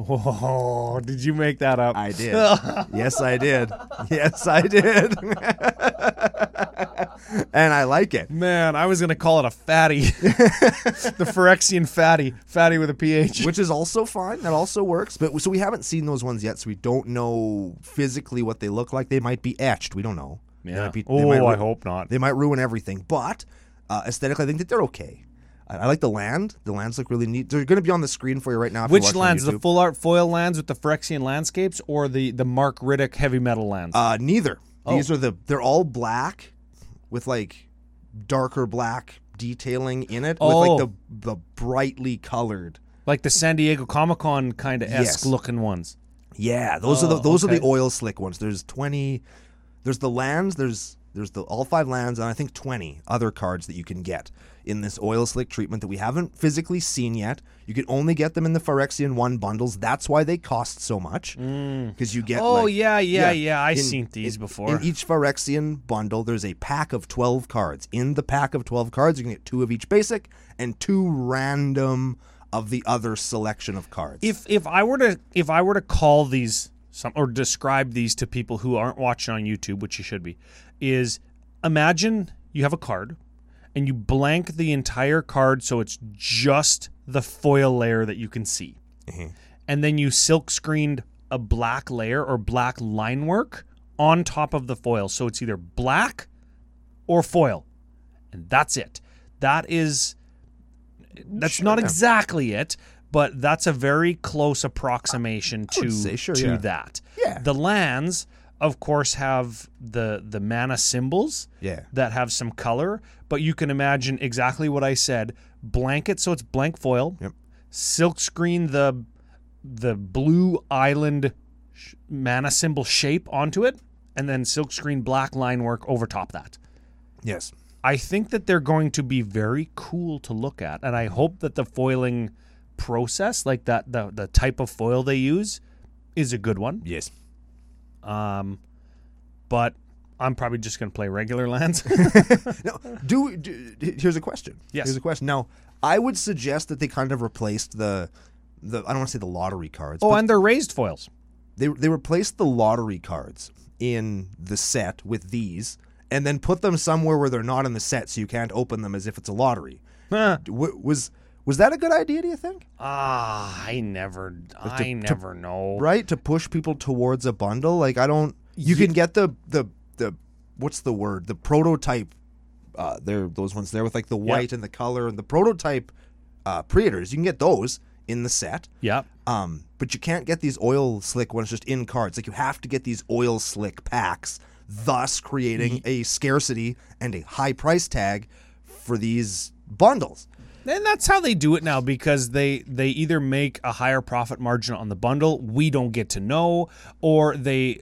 Speaker 2: Oh, did you make that up?
Speaker 1: I did. yes, I did. Yes, I did. and I like it.
Speaker 2: Man, I was gonna call it a fatty, the Phyrexian fatty, fatty with a ph.
Speaker 1: Which is also fine. That also works. But so we haven't seen those ones yet, so we don't know physically what they look like. They might be etched. We don't know. They might be- they
Speaker 2: oh,
Speaker 1: might ru-
Speaker 2: I hope not.
Speaker 1: They might ruin everything, but uh, aesthetically, I think that they're okay. I, I like the land. The lands look really neat. They're going to be on the screen for you right now. If
Speaker 2: Which
Speaker 1: you're watching on
Speaker 2: lands? The
Speaker 1: YouTube.
Speaker 2: full art foil lands with the Phyrexian landscapes, or the the Mark Riddick heavy metal lands?
Speaker 1: Uh, neither.
Speaker 2: Oh.
Speaker 1: These are the. They're all black, with like darker black detailing in it, with
Speaker 2: Oh.
Speaker 1: like the the brightly colored.
Speaker 2: like the San Diego Comic Con kind of esque
Speaker 1: Yes.
Speaker 2: looking ones.
Speaker 1: Yeah, those are the
Speaker 2: Oh,
Speaker 1: those are the
Speaker 2: okay.
Speaker 1: oil slick ones. There's twenty. There's the lands. There's there's the all five lands, and I think twenty other cards that you can get in this oil slick treatment that we haven't physically seen yet. You can only get them in the Phyrexian one bundles. That's why they cost so much because you get.
Speaker 2: Oh
Speaker 1: like-
Speaker 2: yeah, yeah, yeah. I've
Speaker 1: in-
Speaker 2: seen these
Speaker 1: in-
Speaker 2: before.
Speaker 1: In e each Phyrexian bundle, there's a pack of 12 cards. In the pack of 12 cards, you can get two of each basic and two random of the other selection of cards.
Speaker 2: if if I were to if I were to call these some or describe these to people who aren't watching on YouTube, which you should be, is imagine you have a card and you blank the entire card so it's just the foil layer that you can see.
Speaker 1: Uh-huh.
Speaker 2: And then you silk screened a black layer or black line work on top of the foil. So it's either black or foil. And that's it. That is that's not exactly it, but that's a very close approximation to
Speaker 1: say sure,
Speaker 2: to
Speaker 1: yeah.
Speaker 2: that.
Speaker 1: Yeah.
Speaker 2: The lands, of course, have the the mana symbols
Speaker 1: Yeah.
Speaker 2: that have some color, but you can imagine exactly what I said. Blanket, so it's blank foil.
Speaker 1: Yep.
Speaker 2: Silk screen the the blue island sh- mana symbol shape onto it, and then silk screen black line work over top that.
Speaker 1: yes.
Speaker 2: I think that they're going to be very cool to look at, and I hope that the foiling process, like that the the type of foil they use, is a good one.
Speaker 1: Yes.
Speaker 2: Um, but I'm probably just going to play regular lands.
Speaker 1: Now, do, do here's a question.
Speaker 2: Yes.
Speaker 1: Here's a question. Now, I would suggest that they kind of replaced the the I don't want to say the lottery cards,
Speaker 2: oh,
Speaker 1: but
Speaker 2: and they're raised foils.
Speaker 1: they they replaced the lottery cards in the set with these and then put them somewhere where they're not in the set so you can't open them as if it's a lottery.
Speaker 2: Huh.
Speaker 1: W- was was that a good idea? Do you think?
Speaker 2: Ah, I never, I never know.
Speaker 1: Right to push people towards a bundle. Like I don't. You can get the the the what's the word? The prototype. Uh, there those ones there with like the white and the color and the prototype uh, preators. You can get those in the set.
Speaker 2: Yep.
Speaker 1: Um, but you can't get these oil slick ones just in cards. Like you have to get these oil slick packs, thus creating a scarcity and a high price tag for these bundles.
Speaker 2: And that's how they do it now because they they either make a higher profit margin on the bundle, we don't get to know, or they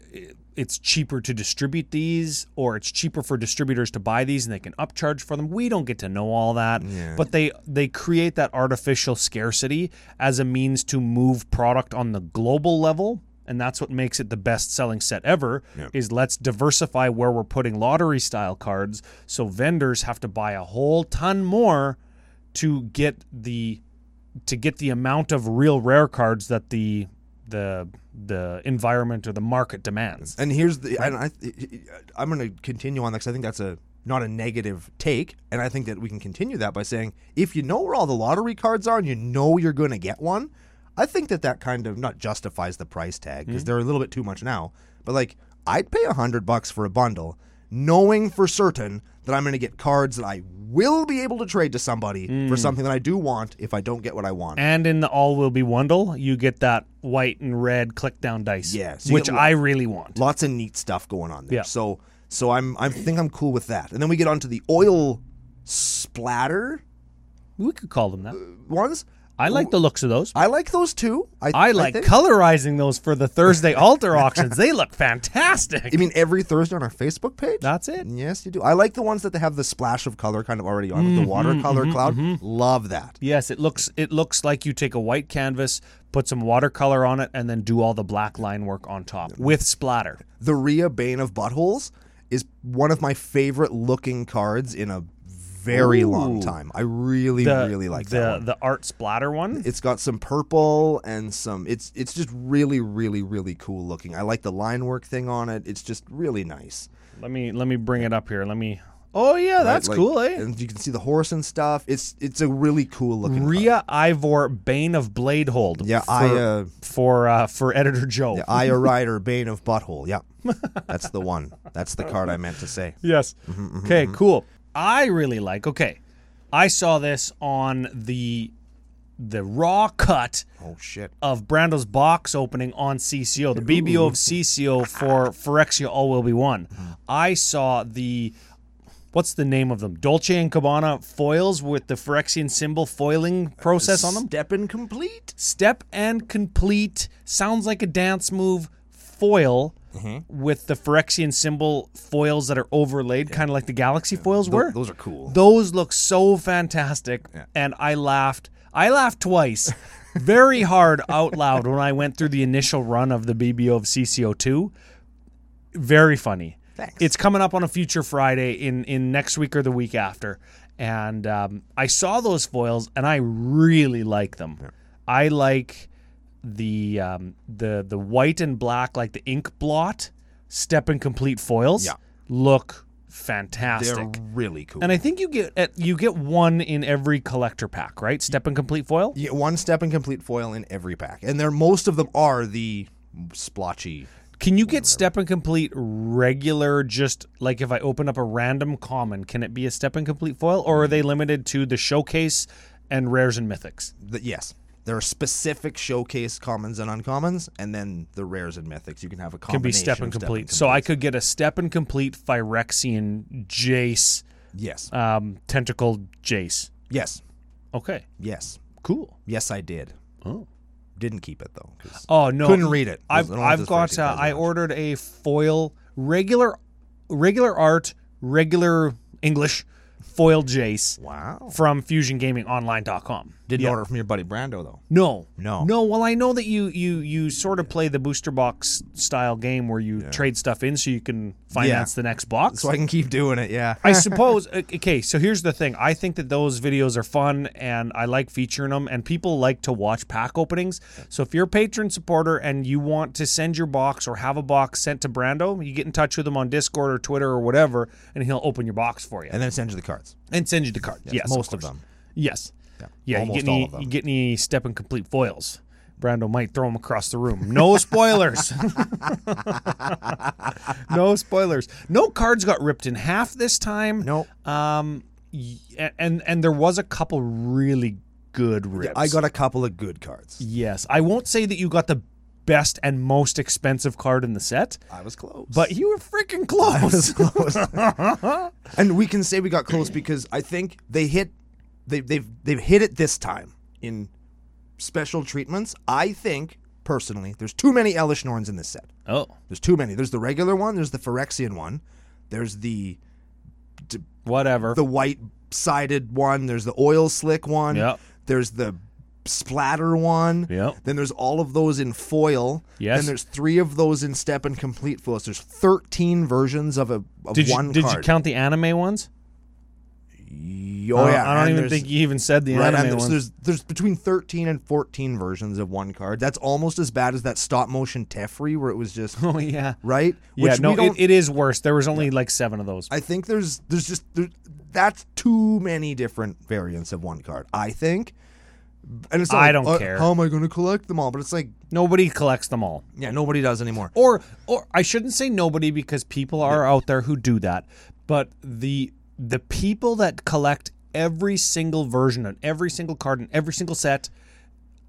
Speaker 2: it's cheaper to distribute these or it's cheaper for distributors to buy these and they can upcharge for them. We don't get to know all that. But they they create that artificial scarcity as a means to move product on the global level. And that's what makes it the best selling set ever is let's diversify where we're putting lottery style cards so vendors have to buy a whole ton more to get the to get the amount of real rare cards that the the the environment or the market demands.
Speaker 1: And here's the and I, I'm going to continue on that because I think that's a not a negative take, and I think that we can continue that by saying if you know where all the lottery cards are and you know you're going to get one, I think that that kind of not justifies the price tag because they're a little bit too much now. But like, I'd pay a hundred bucks for a bundle, knowing for certain that I'm going to get cards that I will be able to trade to somebody for something that I do want if I don't get what I want.
Speaker 2: And in the all will be Wundle, you get that white and red click down dice,
Speaker 1: Yeah, so you
Speaker 2: which
Speaker 1: get-
Speaker 2: I really want.
Speaker 1: lots of neat stuff going on there.
Speaker 2: Yeah.
Speaker 1: So so I'm I think I'm cool with that. And then we get onto the oil splatter
Speaker 2: We could call them that.
Speaker 1: ones.
Speaker 2: I like the looks of those.
Speaker 1: Uh, I like those too. I,
Speaker 2: I like
Speaker 1: think.
Speaker 2: colorizing those for the Thursday altar auctions. They look fantastic.
Speaker 1: You mean every Thursday on our Facebook page?
Speaker 2: That's it.
Speaker 1: Yes, you do. I like the ones that they have the splash of color kind of already on
Speaker 2: Mm-hmm,
Speaker 1: with the watercolor cloud. Love that.
Speaker 2: Yes, it looks it looks like you take a white canvas, put some watercolor on it, and then do all the black line work on top with splatter.
Speaker 1: The Rhea Bane of Buttholes is one of my favorite looking cards in a very long
Speaker 2: Ooh.
Speaker 1: time. I really,
Speaker 2: The,
Speaker 1: really like
Speaker 2: the
Speaker 1: that one.
Speaker 2: the art splatter one.
Speaker 1: It's got some purple and some. It's it's just really, really, really cool looking. I like the line work thing on it. It's just really nice.
Speaker 2: Let me let me bring it up here. Let me. Oh yeah, that's
Speaker 1: Like-
Speaker 2: cool, eh?
Speaker 1: And you can see the horse and stuff. It's it's a really cool looking. card.
Speaker 2: Rhea Ivor Bane of Bladehold.
Speaker 1: Yeah,
Speaker 2: for,
Speaker 1: I, uh,
Speaker 2: for uh, for editor Joe.
Speaker 1: Yeah, Aya Rider, Bane of Butthole. Yeah, that's the one. That's the card I meant to say.
Speaker 2: Yes.
Speaker 1: Mm-hmm,
Speaker 2: Okay, cool. I really like. Okay. I saw this on the the raw cut
Speaker 1: Oh shit!
Speaker 2: of Brando's box opening on CCO, the BBO of CCO for Phyrexia All Will Be One. I saw the what's the name of them? Dolce and Cabana foils with the Phyrexian symbol foiling process on them.
Speaker 1: Step and complete.
Speaker 2: Step and complete sounds like a dance move foil with the Phyrexian symbol foils that are overlaid, kind of like the galaxy foils were.
Speaker 1: those are cool.
Speaker 2: Those look so fantastic, and I laughed. I laughed twice, very hard out loud when I went through the initial run of the BBO of CCO2. Very funny.
Speaker 1: Thanks.
Speaker 2: It's coming up on a future Friday in in next week or the week after, and um, I saw those foils and I really like them. I like the um, the the white and black, like the ink blot, step and complete foils.
Speaker 1: Yeah.
Speaker 2: look fantastic.
Speaker 1: They're really cool.
Speaker 2: And I think you get at, you get one in every collector pack, right? Step and complete foil.
Speaker 1: yeah, one step and complete foil in every pack, and they're most of them are the splotchy.
Speaker 2: Can you get step and complete regular? Just like if I open up a random common, can it be a step and complete foil, or are they limited to the showcase and rares and mythics?
Speaker 1: The, yes, there are specific showcase commons and uncommons, and then the rares and mythics. You can have a
Speaker 2: Can
Speaker 1: combination
Speaker 2: be step
Speaker 1: of
Speaker 2: and complete. so I could get a step and complete Phyrexian Jace,
Speaker 1: yes,
Speaker 2: um, tentacled Jace.
Speaker 1: yes,
Speaker 2: Okay,
Speaker 1: yes,
Speaker 2: cool.
Speaker 1: yes. I did.
Speaker 2: Oh.
Speaker 1: Didn't keep it though. 'cause
Speaker 2: Oh no,
Speaker 1: Couldn't read it.
Speaker 2: I've
Speaker 1: I don't have
Speaker 2: I've
Speaker 1: those
Speaker 2: got
Speaker 1: fancy
Speaker 2: uh,
Speaker 1: cards
Speaker 2: I
Speaker 1: much.
Speaker 2: ordered a foil regular regular art regular English foil Jace
Speaker 1: Wow.
Speaker 2: from fusiongamingonline.com.
Speaker 1: Didn't order from your buddy Brando though.
Speaker 2: No.
Speaker 1: No.
Speaker 2: No, well I know that you you you sort of play the booster box style game where you trade stuff in so you can finance the next box.
Speaker 1: So I can keep doing it. Yeah.
Speaker 2: I suppose. Okay, so here's the thing. I think that those videos are fun, and I like featuring them, and people like to watch pack openings. So if you're a patron supporter and you want to send your box or have a box sent to Brando, you get in touch with him on Discord or Twitter or whatever, and he'll open your box for you
Speaker 1: and then send you the cards.
Speaker 2: and send you the card. Yes,
Speaker 1: most of
Speaker 2: course.
Speaker 1: them.
Speaker 2: Yes. Yeah, you
Speaker 1: almost
Speaker 2: get
Speaker 1: all
Speaker 2: any,
Speaker 1: of them.
Speaker 2: You get any step and complete foils. Brando might throw them across the room. No spoilers. no spoilers. No cards got ripped in half this time.
Speaker 1: Nope.
Speaker 2: Um, y- and and there was a couple really good rips.
Speaker 1: I got a couple of good cards.
Speaker 2: yes. I won't say that you got the best and most expensive card in the set,
Speaker 1: I was close.
Speaker 2: but you were freaking close.
Speaker 1: close. and we can say we got close because I think they hit they they've they've hit it this time in special treatments. I think personally there's too many Elishnorns in this set.
Speaker 2: oh,
Speaker 1: There's too many. There's the regular one, there's the Phyrexian one, there's the
Speaker 2: whatever.
Speaker 1: the white sided one. There's the oil slick one.
Speaker 2: Yep.
Speaker 1: There's the splatter one.
Speaker 2: Yep.
Speaker 1: Then there's all of those in foil.
Speaker 2: Yes.
Speaker 1: Then there's three of those in step and complete foils. There's 13 versions of a of
Speaker 2: did you
Speaker 1: one
Speaker 2: did you
Speaker 1: card.
Speaker 2: count the anime ones?
Speaker 1: oh
Speaker 2: I don't-
Speaker 1: yeah.
Speaker 2: I don't
Speaker 1: and
Speaker 2: even
Speaker 1: there's-
Speaker 2: think you even said the
Speaker 1: Right, and
Speaker 2: anime
Speaker 1: there's,
Speaker 2: ones.
Speaker 1: there's there's between 13 and 14 versions of one card. That's almost as bad as that stop motion Teferi where it was just
Speaker 2: Oh yeah.
Speaker 1: right.
Speaker 2: Yeah,
Speaker 1: Which
Speaker 2: no,
Speaker 1: we
Speaker 2: it,
Speaker 1: don't-
Speaker 2: it is worse. There was only like seven of those.
Speaker 1: I think there's there's just there, that's too many different variants of one card. I think, and it's
Speaker 2: I
Speaker 1: like,
Speaker 2: don't
Speaker 1: uh,
Speaker 2: care.
Speaker 1: How am I going to collect them all? But it's like,
Speaker 2: Nobody collects them all.
Speaker 1: yeah, nobody does anymore.
Speaker 2: Or or I shouldn't say nobody because people are out there who do that. But the the people that collect every single version and every single card and every single set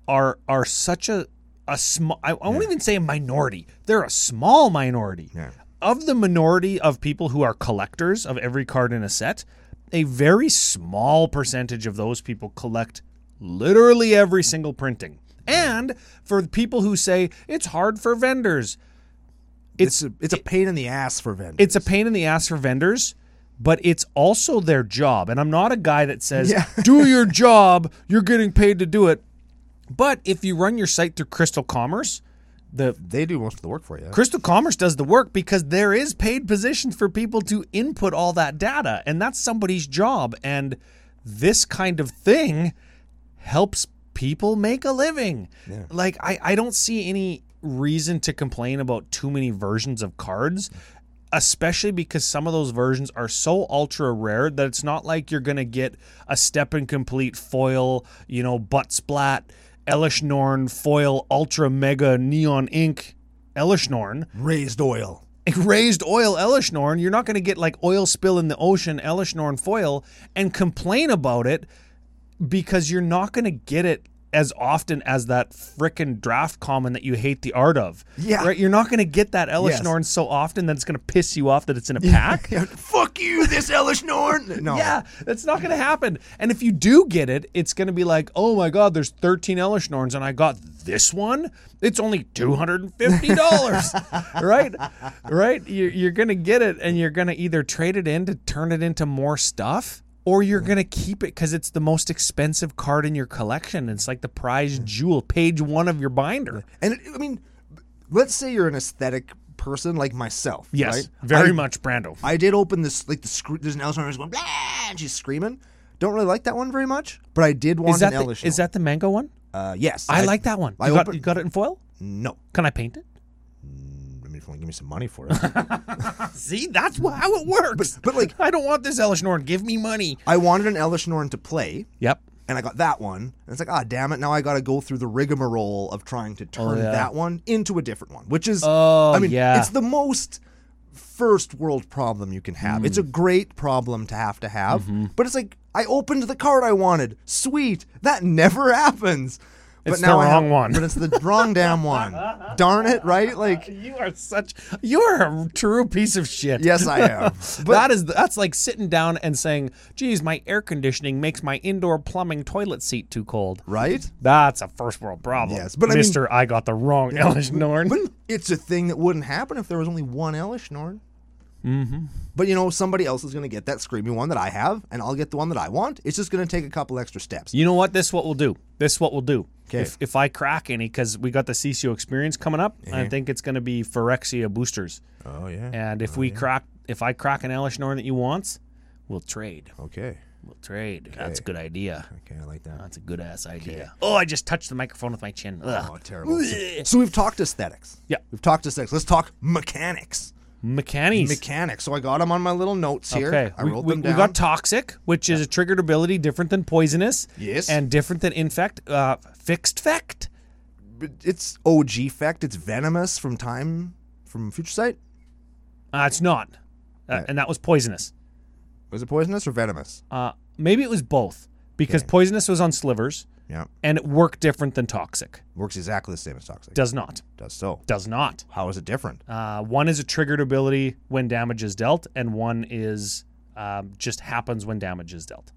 Speaker 2: are are such a a small I, I won't even say a minority. They're a small minority.
Speaker 1: Yeah.
Speaker 2: Of the minority of people who are collectors of every card in a set, a very small percentage of those people collect literally every single printing. And for the people who say it's hard for vendors,
Speaker 1: It's a, it's a pain in the ass for vendors.
Speaker 2: it's a pain in the ass for vendors, but it's also their job. And I'm not a guy that says,
Speaker 1: Yeah.
Speaker 2: do your job, you're getting paid to do it. But if you run your site through Crystal Commerce, the
Speaker 1: they do most of the work for you.
Speaker 2: Crystal Commerce does the work because there is paid positions for people to input all that data, and that's somebody's job. And this kind of thing helps people make a living. Like I, I don't see any reason to complain about too many versions of cards, especially because some of those versions are so ultra rare that it's not like you're gonna get a step and complete foil, you know, butt splat, Elishnorn foil ultra mega neon ink Elishnorn
Speaker 1: Raised oil.
Speaker 2: raised oil Elishnorn, you're not going to get like oil spill in the ocean Elishnorn foil and complain about it because you're not going to get it as often as that frickin' draft common that you hate the art of.
Speaker 1: Yeah.
Speaker 2: Right? You're not going to get that Elishnorn so often that it's going to piss you off that it's in a pack.
Speaker 1: Fuck you, this Elish Norn. No.
Speaker 2: Yeah, that's not going to happen. And if you do get it, it's going to be like, oh my God, there's 13 Elishnorns and I got this one. It's only $250. right? Right? You're, you're going to get it and you're going to either trade it in to turn it into more stuff or you're going to keep it because it's the most expensive card in your collection. It's like the
Speaker 1: Hmm.
Speaker 2: prized jewel, page one of your binder.
Speaker 1: And it, I mean, let's say you're an aesthetic person like myself.
Speaker 2: Yes,
Speaker 1: right?
Speaker 2: very
Speaker 1: I,
Speaker 2: much Brando.
Speaker 1: I did open this like the scre- there's an Elish Norn who's going blah, and she's screaming. Don't really like that one very much, but I did want
Speaker 2: Is that,
Speaker 1: an
Speaker 2: the,
Speaker 1: Elish.
Speaker 2: is that the mango one?
Speaker 1: Uh, yes,
Speaker 2: I, like that one.
Speaker 1: I
Speaker 2: you, got,
Speaker 1: open-
Speaker 2: you got it in foil?
Speaker 1: No,
Speaker 2: Can I paint it?
Speaker 1: I mean, if you want to give me some money for it.
Speaker 2: See, that's wh- how it works.
Speaker 1: but, like-
Speaker 2: I don't want this Elishnorn. Give me money.
Speaker 1: I wanted an Elish Norn to play,
Speaker 2: Yep.
Speaker 1: and I got that one. And it's like, ah, damn it! Now I got to go through the rigmarole of trying to turn
Speaker 2: Oh, yeah.
Speaker 1: that one into a different one, which is,
Speaker 2: Oh,
Speaker 1: I mean,
Speaker 2: yeah.
Speaker 1: it's the most first world problem you can have. It's a
Speaker 2: Mm.
Speaker 1: great problem to have to have,
Speaker 2: Mm-hmm.
Speaker 1: but it's like I opened the card I wanted. Sweet, that never happens. But
Speaker 2: It's the
Speaker 1: now I
Speaker 2: wrong
Speaker 1: have-
Speaker 2: one.
Speaker 1: But it's the wrong damn one. Darn it! Right? Like,
Speaker 2: You are such. You are a true piece of shit.
Speaker 1: yes, I am.
Speaker 2: that is that's like sitting down and saying, "Geez, my air conditioning makes my indoor plumbing toilet seat too cold."
Speaker 1: Right?
Speaker 2: That's a first world problem.
Speaker 1: Yes, but I mean-
Speaker 2: Mister, I got the wrong Elishnorn.
Speaker 1: But it's a thing that wouldn't happen if there was only one Elish Norn. Mm-hmm. But you know, somebody else is going to get that screaming one that I have, and I'll get the one that I want. It's just going to take a couple extra steps.
Speaker 2: You know what? This what we'll do. This what we'll do.
Speaker 1: 'Kay.
Speaker 2: If, if I crack any, because we got the CCO experience coming up, I think it's going to be Phyrexia boosters.
Speaker 1: Oh yeah.
Speaker 2: And if we crack, if I crack an Elishnorn that you want, we'll trade.
Speaker 1: Okay.
Speaker 2: We'll trade. That's a good idea.
Speaker 1: Okay, I like that.
Speaker 2: That's a good ass idea. Oh, I just touched the microphone with my chin. Ugh.
Speaker 1: Oh, terrible. so we've talked aesthetics.
Speaker 2: Yeah.
Speaker 1: We've talked aesthetics. Let's talk mechanics.
Speaker 2: Mechanies.
Speaker 1: Mechanics. So I got them on my little notes here.
Speaker 2: Okay,
Speaker 1: I
Speaker 2: we,
Speaker 1: wrote
Speaker 2: we-
Speaker 1: them
Speaker 2: we
Speaker 1: down.
Speaker 2: got toxic, which is a triggered ability different than poisonous.
Speaker 1: Yes.
Speaker 2: And different than infect. Uh, fixed fect.
Speaker 1: it's OG effect. It's venomous from time from Future Sight.
Speaker 2: Uh, it's not. Uh, And that was poisonous.
Speaker 1: Was it poisonous or venomous?
Speaker 2: Uh, maybe it was both because poisonous was on slivers
Speaker 1: Yeah.
Speaker 2: and it worked different than toxic.
Speaker 1: Works exactly the same as toxic.
Speaker 2: Does not.
Speaker 1: Does so.
Speaker 2: Does not.
Speaker 1: How is it different?
Speaker 2: Uh, one is a triggered ability when damage is dealt, and one is um, just happens when damage is dealt.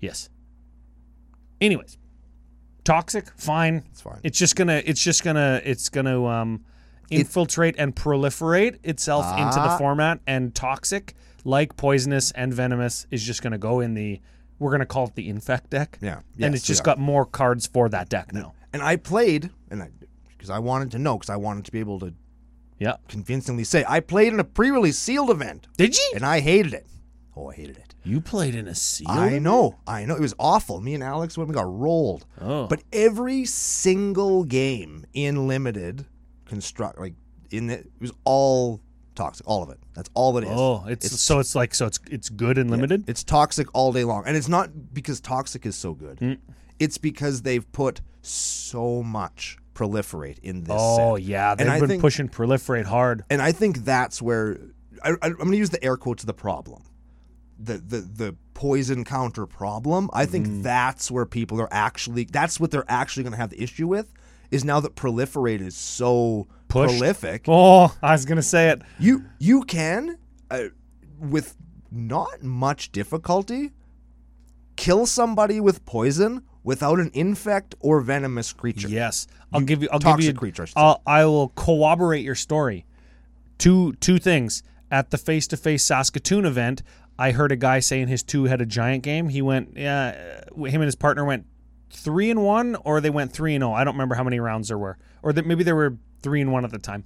Speaker 2: Yes. Anyways, toxic, fine.
Speaker 1: It's fine.
Speaker 2: It's just gonna. It's just gonna. It's gonna um, infiltrate and proliferate itself into the
Speaker 1: Ah.
Speaker 2: format. And toxic, like poisonous and venomous, is just gonna go in the. We're gonna call it the infect deck.
Speaker 1: Yeah.
Speaker 2: and
Speaker 1: Yes,
Speaker 2: it's just
Speaker 1: yeah.
Speaker 2: got more cards for that deck now.
Speaker 1: And I played, and I because I wanted to know, because I wanted to be able to
Speaker 2: Yeah.
Speaker 1: convincingly say I played in a pre-release sealed event,
Speaker 2: Did you?
Speaker 1: and I hated it. Oh, I hated it.
Speaker 2: You played in a seal.
Speaker 1: I know, I know. It was awful. Me and Alex when we got rolled.
Speaker 2: Oh.
Speaker 1: But every single game in limited construct, like in the, it was all toxic, all of it. That's all it is.
Speaker 2: Oh, it's, so it's like so it's it's good and limited.
Speaker 1: It's toxic all day long. And it's not because toxic is so good.
Speaker 2: Mm.
Speaker 1: It's because they've put so much proliferate in this
Speaker 2: oh
Speaker 1: set.
Speaker 2: yeah, they've
Speaker 1: I
Speaker 2: been
Speaker 1: think-
Speaker 2: pushing proliferate hard.
Speaker 1: And I think that's where I, I, I'm going to use the air quotes of the problem. The, the the poison counter problem. I think
Speaker 2: Mm.
Speaker 1: that's where people are actually. That's what they're actually going to have the issue with. Is now that proliferate is so
Speaker 2: Pushed.
Speaker 1: prolific.
Speaker 2: Oh, I was gonna say it.
Speaker 1: You you can uh, with not much difficulty kill somebody with poison without an infect or venomous creature.
Speaker 2: Yes, I'll give you. I'll
Speaker 1: toxic
Speaker 2: give you.
Speaker 1: creature, I should say.
Speaker 2: I'll, I will corroborate your story. Two two things at the face to face Saskatoon event. I heard a guy saying his two had a giant game. He went. Yeah, uh, him and his partner went three and one, or they went three and zero. I don't remember how many rounds there were, or that maybe there were three and one at the time.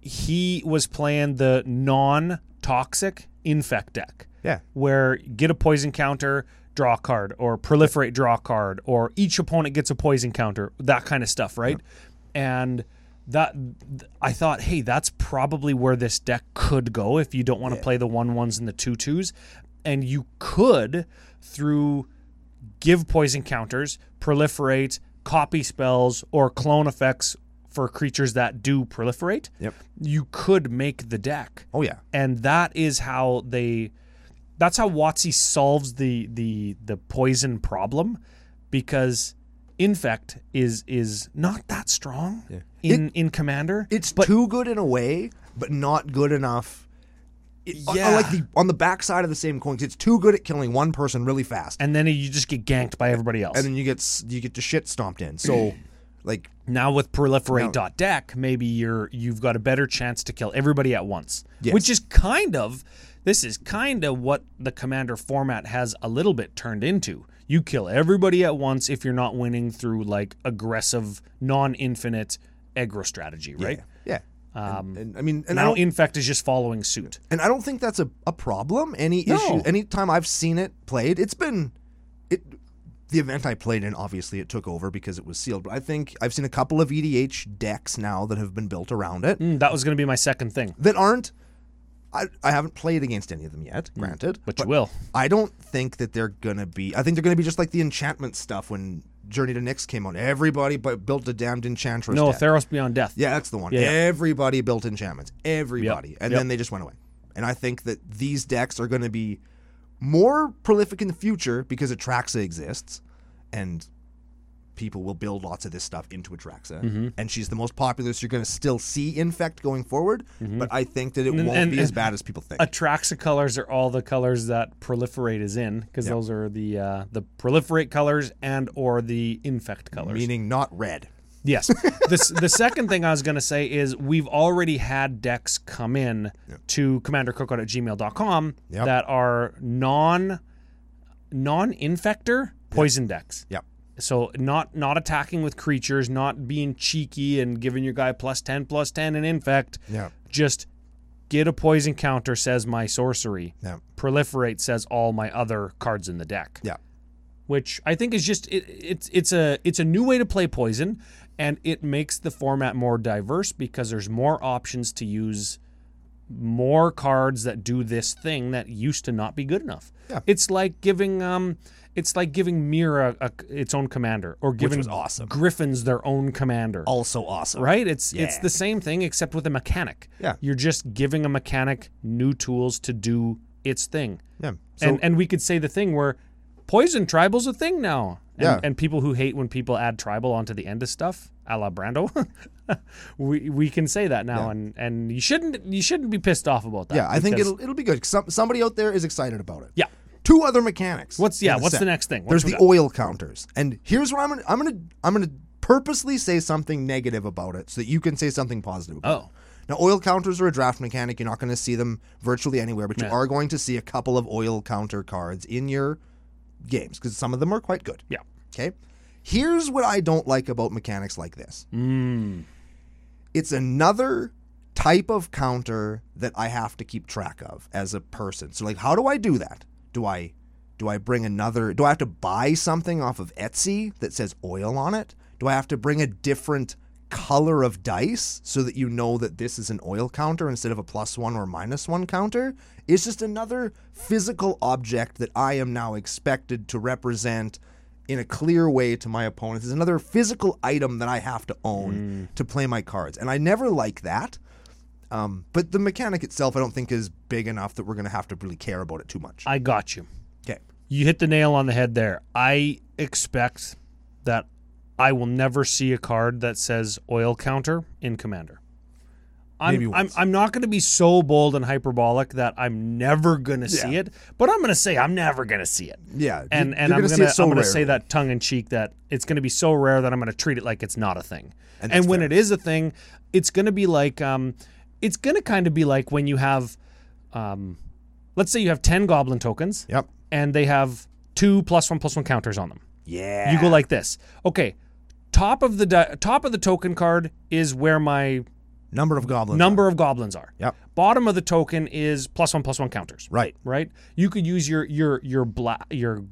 Speaker 2: He was playing the non toxic infect deck
Speaker 1: Yeah.
Speaker 2: where get a poison counter, draw a card, or proliferate, draw a card, or each opponent gets a poison counter, that kind of stuff, right? And that th- I thought, hey, that's probably where this deck could go if you don't want to play the one ones and the two twos, and you could through give poison counters, proliferate, copy spells, or clone effects for creatures that do proliferate.
Speaker 1: Yep.
Speaker 2: You could make the deck
Speaker 1: Oh yeah.
Speaker 2: and that is how they that's how Watsy solves the the the poison problem because infect is is not that strong in in commander
Speaker 1: It's too good in a way, but not good enough. It, on- on
Speaker 2: Yeah.
Speaker 1: like the on the backside of the same coin, 'cause it's too good at killing one person really fast,
Speaker 2: and then you just get ganked by everybody else
Speaker 1: and then you get s- you get the shit stomped in. So, like,
Speaker 2: now with proliferate dot deck maybe you're you've got a better chance to kill everybody at once
Speaker 1: Yes.
Speaker 2: which is kind of this is kind of what the commander format has a little bit turned into you kill everybody at once if you're not winning through like aggressive non-infinite aggro strategy right
Speaker 1: yeah. Um, and, and, I mean, and I
Speaker 2: now
Speaker 1: don't
Speaker 2: infect is just following suit
Speaker 1: and I don't think that's a, a problem. Any
Speaker 2: No.
Speaker 1: issue, any time I've seen it played, it's been it. The event I played in, obviously, it took over because it was sealed. But I think I've seen a couple of EDH decks now that have been built around it
Speaker 2: Mm, that was going to be my second thing
Speaker 1: that aren't. I, I haven't played against any of them yet, granted.
Speaker 2: Mm. but you will
Speaker 1: I don't think that they're gonna be. I think they're gonna be just like the enchantment stuff when Journey to Nyx came out. Everybody but built a damned enchantress.
Speaker 2: no
Speaker 1: deck.
Speaker 2: theros beyond death
Speaker 1: Yeah, that's the one.
Speaker 2: Yeah, yeah.
Speaker 1: Everybody built enchantments. Everybody. And
Speaker 2: yep.
Speaker 1: then they just went away. And I think that these decks are going to be more prolific in the future because Atraxa exists and people will build lots of this stuff into Atraxa.
Speaker 2: Mm-hmm.
Speaker 1: And she's the most popular, so you're going to still see Infect going forward. But I think that it won't
Speaker 2: Mm-hmm. and-
Speaker 1: be as bad as people think.
Speaker 2: Atraxa colors are all the colors that proliferate is in because those are the uh, the proliferate colors and or the infect colors.
Speaker 1: meaning not red.
Speaker 2: yes. the s- the second thing I was going to say is we've already had decks come in to commandercookout at gmail.com
Speaker 1: Yep.
Speaker 2: that are non non infector poison decks.
Speaker 1: Yep.
Speaker 2: So not not attacking with creatures, not being cheeky and giving your guy plus ten plus ten and infect.
Speaker 1: Yeah.
Speaker 2: Just get a poison counter says my sorcery.
Speaker 1: Yeah.
Speaker 2: Proliferate says all my other cards in the deck.
Speaker 1: Yeah.
Speaker 2: Which I think is just it, it's it's a it's a new way to play poison, and it makes the format more diverse because there's more options to use more cards that do this thing that used to not be good enough.
Speaker 1: Yeah.
Speaker 2: It's like giving um it's like giving Mira a, its own commander or giving
Speaker 1: was awesome.
Speaker 2: Griffins their own commander.
Speaker 1: Also awesome.
Speaker 2: Right? It's it's
Speaker 1: Yeah.
Speaker 2: the same thing except with a mechanic.
Speaker 1: Yeah.
Speaker 2: You're just giving a mechanic new tools to do its thing.
Speaker 1: Yeah.
Speaker 2: and and we could say the thing where poison tribal's a thing now. And,
Speaker 1: Yeah.
Speaker 2: and people who hate when people add tribal onto the end of stuff, a la Brando, we we can say that now, and, and you shouldn't you shouldn't be pissed off about that.
Speaker 1: Yeah, I think
Speaker 2: because-
Speaker 1: it'll it'll be good. Some, somebody out there is excited about it.
Speaker 2: yeah.
Speaker 1: Two other mechanics.
Speaker 2: What's yeah?
Speaker 1: in
Speaker 2: What's
Speaker 1: set.
Speaker 2: the next thing?
Speaker 1: There's
Speaker 2: What's
Speaker 1: the oil counters, and here's where I'm gonna I'm gonna I'm gonna purposely say something negative about it so that you can say something positive. About
Speaker 2: Oh.
Speaker 1: it. now oil counters are a draft mechanic. You're not gonna see them virtually anywhere, but you are going to see a couple of oil counter cards in your games because some of them are quite good.
Speaker 2: yeah.
Speaker 1: Okay, here's what I don't like about mechanics like this. It's another type of counter that I have to keep track of as a person. So like how do I do that? Do I do I bring another do I have to buy something off of Etsy that says oil on it? Do I have to bring a different color of dice so that you know that this is an oil counter instead of a plus 1 or minus 1 counter? It's just another physical object that I am now expected to represent in a clear way to my opponents is another physical item that I have to own
Speaker 2: Mm.
Speaker 1: to play my cards. And I never like that. Um, but the mechanic itself, I don't think, is big enough that we're going to have to really care about it too much.
Speaker 2: I got you.
Speaker 1: Okay.
Speaker 2: You hit the nail on the head there. I expect that I will never see a card that says oil counter in Commander. I'm,
Speaker 1: Maybe
Speaker 2: I'm,
Speaker 1: once.
Speaker 2: I'm not going to be so bold and hyperbolic that I'm never going to see
Speaker 1: Yeah.
Speaker 2: it, but I'm going to say I'm never going to see it.
Speaker 1: Yeah,
Speaker 2: And
Speaker 1: you-
Speaker 2: and
Speaker 1: you're
Speaker 2: I'm
Speaker 1: gonna see it
Speaker 2: going to
Speaker 1: so
Speaker 2: I'm going to say
Speaker 1: rarely.
Speaker 2: that tongue in cheek that it's going to be so rare that I'm going to treat it like it's not a thing. And,
Speaker 1: that's
Speaker 2: when it is a thing, it's going to be like um it's going to kind of be like when you have um let's say you have 10 goblin tokens
Speaker 1: Yep.
Speaker 2: and they have two plus one plus one counters on them.
Speaker 1: Yeah.
Speaker 2: You go like this. Okay, top of the di- top of the token card is where my
Speaker 1: number of goblins.
Speaker 2: number of goblins are.
Speaker 1: Yep.
Speaker 2: Bottom of the token is plus one plus one counters.
Speaker 1: Right.
Speaker 2: Right. You could use your your your black your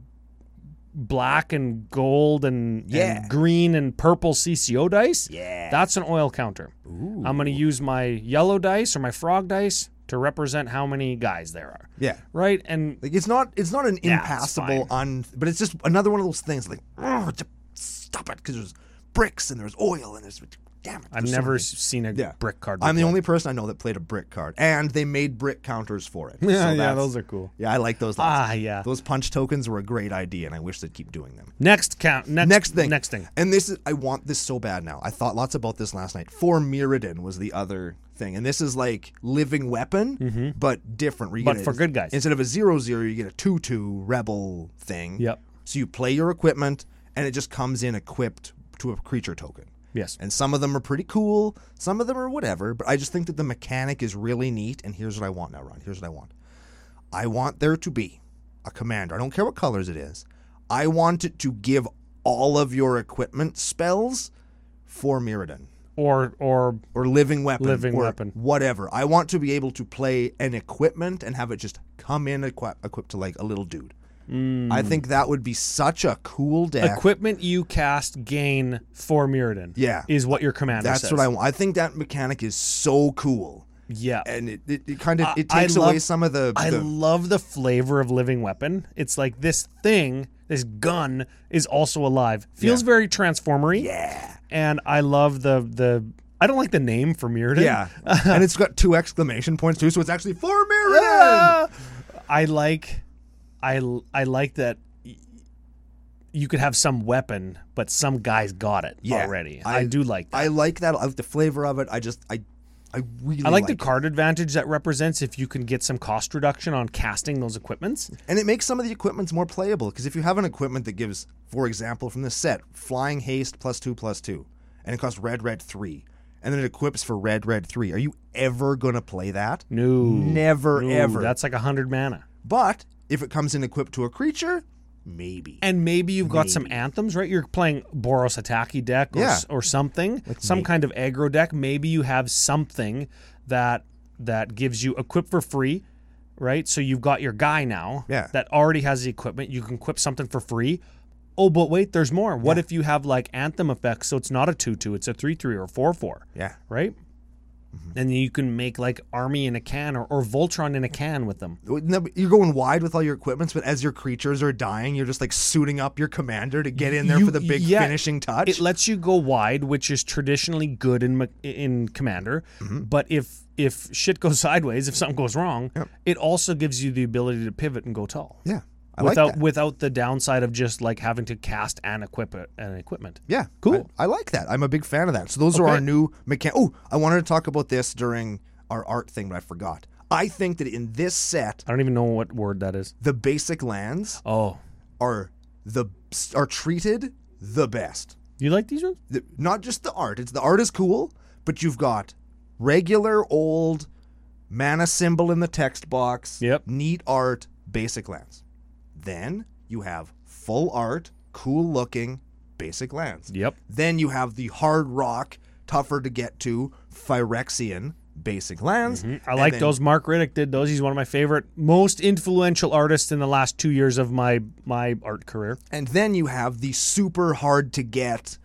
Speaker 2: black and gold and, and
Speaker 1: Yeah.
Speaker 2: green and purple CCO dice.
Speaker 1: Yeah.
Speaker 2: That's an oil counter. I'm going to use my yellow dice or my frog dice to represent how many guys there are.
Speaker 1: Yeah.
Speaker 2: Right. And
Speaker 1: Like it's not it's not an
Speaker 2: Yeah, it's
Speaker 1: impassable un but it's just another one of those things like oh, j- stop it because there's bricks and there's oil and there's damn it.
Speaker 2: I've
Speaker 1: there's so
Speaker 2: never
Speaker 1: many.
Speaker 2: s- seen a
Speaker 1: Yeah.
Speaker 2: brick card.
Speaker 1: I'm the
Speaker 2: before.
Speaker 1: only person I know that played a brick card, and they made brick counters for it. So that's-
Speaker 2: are cool.
Speaker 1: Yeah, I like those. Lots.
Speaker 2: Ah, yeah.
Speaker 1: Those punch tokens were a great idea, and I wish they'd keep doing them.
Speaker 2: Next count. Next,
Speaker 1: Next thing.
Speaker 2: Next thing.
Speaker 1: And this is I want this so bad now. I thought lots about this last night. For Mirrodin was the other thing, and this is like living weapon, but different. where you
Speaker 2: Mm-hmm. But
Speaker 1: get a-
Speaker 2: for good guys.
Speaker 1: instead of a zero zero, you get a two two rebel thing.
Speaker 2: Yep.
Speaker 1: So you play your equipment, and it just comes in equipped to a creature token.
Speaker 2: Yes.
Speaker 1: And some of them are pretty cool, some of them are whatever, but I just think that the mechanic is really neat. And here's what I want now, Ron. Here's what I want. I want there to be a commander. I don't care what colors it is. I want it to give all of your equipment spells for Mirrodin
Speaker 2: Or or
Speaker 1: or living weapon
Speaker 2: Living
Speaker 1: or
Speaker 2: weapon.
Speaker 1: whatever. I want to be able to play an equipment and have it just come in equi- equipped to like a little dude.
Speaker 2: Hmm.
Speaker 1: I think that would be such a cool deck.
Speaker 2: equipment you cast gain for Mirrodin.
Speaker 1: Yeah.
Speaker 2: Is what your commander
Speaker 1: That's
Speaker 2: says.
Speaker 1: what I want. I think that mechanic is so cool.
Speaker 2: Yeah.
Speaker 1: and it, it, it kind of it
Speaker 2: I- I
Speaker 1: takes away
Speaker 2: love-
Speaker 1: some of the,
Speaker 2: I
Speaker 1: the-
Speaker 2: love the flavor of living weapon. It's like this thing, this gun is also alive. Feels very transformery.
Speaker 1: yeah
Speaker 2: And I love the the I don't like the name for Mirrodin.
Speaker 1: yeah and it's got two exclamation points too so it's actually for Mirrodin
Speaker 2: Ah! I like I l- I like that y- you could have some weapon, but some guy's got it
Speaker 1: Yeah.
Speaker 2: already. I,
Speaker 1: I-
Speaker 2: do like that.
Speaker 1: I like that I like the flavor of it I just I I really
Speaker 2: I like, the
Speaker 1: it.
Speaker 2: card advantage that represents if you can get some cost reduction on casting those equipments.
Speaker 1: and it makes some of the equipments more playable because if you have an equipment that gives for example from this set flying haste plus two plus two and it costs red red three and then it equips for red red three are you ever gonna play that
Speaker 2: No.
Speaker 1: never
Speaker 2: No,
Speaker 1: ever
Speaker 2: That's like 100 mana.
Speaker 1: but if it comes in equipped to a creature maybe
Speaker 2: And maybe you've got some anthems, right? You're playing Boros Ataki deck or,
Speaker 1: Yeah.
Speaker 2: s- or something, some kind of aggro deck. Maybe you have something that that gives you equip for free, right? So you've got your guy now
Speaker 1: Yeah.
Speaker 2: that already has the equipment. You can equip something for free. Oh, but wait, there's more. What if you have like anthem effects? So it's not a 2 2, it's a 3 3 or 4 4.
Speaker 1: yeah
Speaker 2: right?
Speaker 1: Mm-hmm.
Speaker 2: And you can make like army in a can or, or Voltron in a can with them.
Speaker 1: No, but you're going wide with all your equipments, but as your creatures are dying, you're just like suiting up your commander to get in there
Speaker 2: You-
Speaker 1: for the big
Speaker 2: yeah.
Speaker 1: finishing touch.
Speaker 2: It lets you go wide, which is traditionally good in Ma- in Commander.
Speaker 1: Mm-hmm.
Speaker 2: But if if shit goes sideways, if something goes wrong, it also gives you the ability to pivot and go tall.
Speaker 1: yeah, I
Speaker 2: without
Speaker 1: like that.
Speaker 2: without the downside of just like having to cast and equip it, an equipment.
Speaker 1: Yeah,
Speaker 2: Cool.
Speaker 1: I, I like that. I'm a big fan of that. So those are
Speaker 2: Okay.
Speaker 1: our new mechan. Oh, I wanted to talk about this during our art thing, but I forgot. I think that in this set,
Speaker 2: I don't even know what word that is.
Speaker 1: the basic lands
Speaker 2: Oh,
Speaker 1: are the are treated the best.
Speaker 2: you like these ones?
Speaker 1: the, not just the art. It's the art is cool, but you've got regular old mana symbol in the text box.
Speaker 2: Yep.
Speaker 1: Neat art, basic lands. Then you have full art, cool looking, basic lands.
Speaker 2: Yep.
Speaker 1: Then you have the hard rock, tougher to get to, Phyrexian basic lands.
Speaker 2: I
Speaker 1: And
Speaker 2: like
Speaker 1: then-
Speaker 2: those. Mark Riddick did those. He's one of my favorite, most influential artists in the last two years of my my art career.
Speaker 1: And then you have the super hard to get